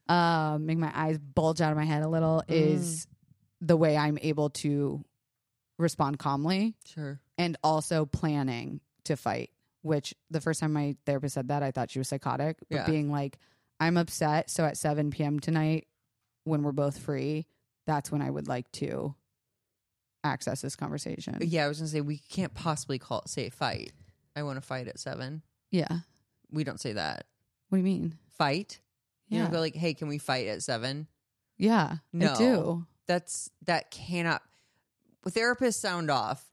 Speaker 1: uh, make my eyes bulge out of my head a little.
Speaker 2: Mm.
Speaker 1: Is the way I'm able to respond calmly
Speaker 2: Sure.
Speaker 1: and also planning to fight. Which the first time my therapist said that, I thought she was psychotic. But
Speaker 2: Yeah.
Speaker 1: being like, I'm upset. So at 7 p.m. tonight, when we're both free, that's when I would like to access this conversation.
Speaker 2: Yeah, I was gonna say we can't possibly call it say fight. I want to fight at seven.
Speaker 1: Yeah.
Speaker 2: We don't say that.
Speaker 1: What do you mean?
Speaker 2: Fight. You
Speaker 1: Yeah.
Speaker 2: don't go like, hey, can we fight at seven?
Speaker 1: yeah. I
Speaker 2: No.
Speaker 1: do.
Speaker 2: That's that cannot. Therapists sound off.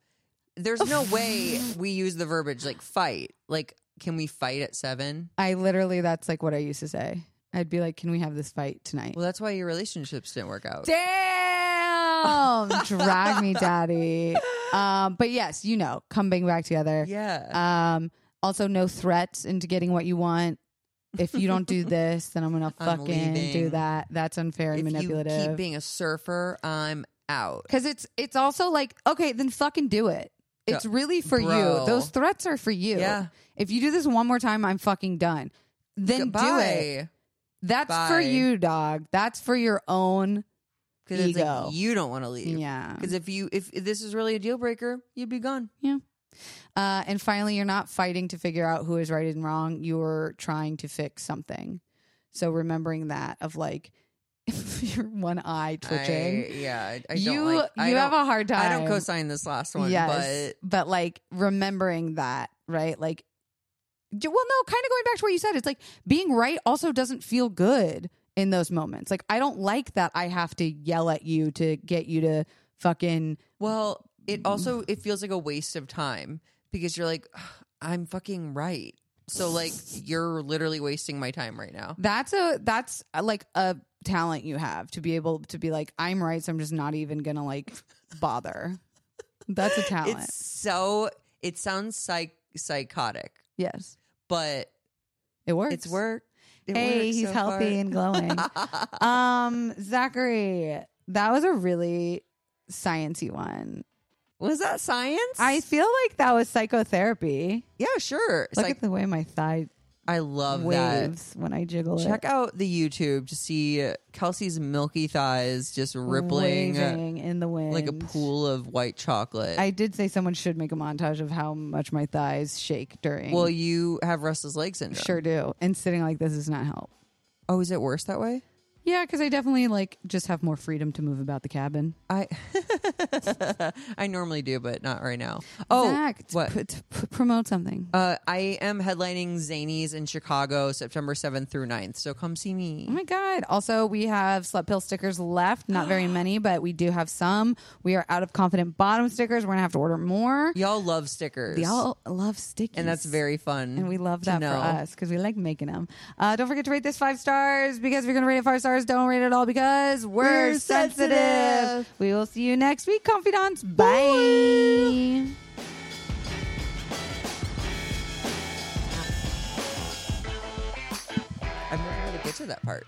Speaker 2: There's no way we use the verbiage like fight. Like, can we fight at seven?
Speaker 1: I literally, that's like what I used to say. I'd be like, can we have this fight tonight?
Speaker 2: Well, that's why your relationships didn't work out.
Speaker 1: Damn. Drag me, daddy. Um, but yes, you know, coming back together.
Speaker 2: Yeah.
Speaker 1: Um, also, no threats into getting what you want. If you don't do this, then I'm gonna
Speaker 2: I'm
Speaker 1: fucking do
Speaker 2: leaving.
Speaker 1: that. That's unfair and
Speaker 2: if you keep
Speaker 1: manipulative.
Speaker 2: being a surfer, I'm out.
Speaker 1: Because it's it's also like okay, then fucking do it. It's really for you.
Speaker 2: bro.
Speaker 1: Those threats are for you.
Speaker 2: Yeah.
Speaker 1: If you do this one more time, I'm fucking done. Then do it.
Speaker 2: Goodbye.
Speaker 1: That's for
Speaker 2: Bye.
Speaker 1: you, dog. That's for your own.
Speaker 2: Because it's
Speaker 1: Ego.
Speaker 2: like you don't want to leave.
Speaker 1: Yeah.
Speaker 2: Because if you if this is really a deal breaker, you'd be gone.
Speaker 1: Uh, and finally, you're not fighting to figure out who is right and wrong. You're trying to fix something. So remembering that of like your one eye twitching.
Speaker 2: I, yeah, I, I
Speaker 1: you
Speaker 2: don't like. I
Speaker 1: you
Speaker 2: don't,
Speaker 1: have a hard time.
Speaker 2: I don't co-sign this last one,
Speaker 1: Yes, but like remembering that, right? Like, j- well, no, kind of going back to what you said. It's like being right also doesn't feel good in those moments. Like, I don't like that I have to yell at you to get you to fucking.
Speaker 2: but well, it also it feels like a waste of time because you're like, "Ugh, I'm fucking right. So like, you're literally wasting my time right now.
Speaker 1: That's a that's uh, like a talent you have to be able to be like I'm right, so I'm just not even gonna like bother. That's a talent.
Speaker 2: It's so it sounds psych psychotic,
Speaker 1: yes,
Speaker 2: but
Speaker 1: it works.
Speaker 2: it's work. It
Speaker 1: hey,
Speaker 2: works
Speaker 1: he's
Speaker 2: so
Speaker 1: healthy
Speaker 2: far.
Speaker 1: and glowing. um, Zachary, that was a really sciencey one.
Speaker 2: Was that science?
Speaker 1: I feel like that was psychotherapy.
Speaker 2: yeah, sure. It's
Speaker 1: Look
Speaker 2: like
Speaker 1: at the way my thigh
Speaker 2: I love that.
Speaker 1: waves when I jiggle
Speaker 2: Check
Speaker 1: it.
Speaker 2: out the YouTube to see Kelsey's milky thighs just rippling uh,
Speaker 1: Waving in the wind
Speaker 2: like a pool of white chocolate.
Speaker 1: I did say someone should make a montage of how much my thighs shake during.
Speaker 2: well, you have restless leg syndrome.
Speaker 1: Mm-hmm. sure do. And sitting like this does not help.
Speaker 2: Oh, is it worse that way?
Speaker 1: Yeah, because I definitely like just have more freedom to move about the cabin.
Speaker 2: I I normally do, but not right now. Oh,
Speaker 1: Zach, t-
Speaker 2: what?
Speaker 1: p- t- p- promote something.
Speaker 2: Uh, I am headlining Zanies in Chicago September 7th through 9th. So come see
Speaker 1: Oh
Speaker 2: me.
Speaker 1: my God. Also, we have slut pill stickers left. Not very many, but we do have some. We are out of confident bottom stickers. We're going to have to order more.
Speaker 2: Y'all love stickers.
Speaker 1: Y'all love stickies.
Speaker 2: and that's very fun.
Speaker 1: And we love
Speaker 2: to
Speaker 1: that for
Speaker 2: know.
Speaker 1: us because we like making them. Uh, don't forget to rate this five stars because if you're going to rate it five stars, don't rate it all because we're,
Speaker 2: We're
Speaker 1: sensitive.
Speaker 2: sensitive.
Speaker 1: We will see you next week, confidants. Bye.
Speaker 2: I've never had to get to that part.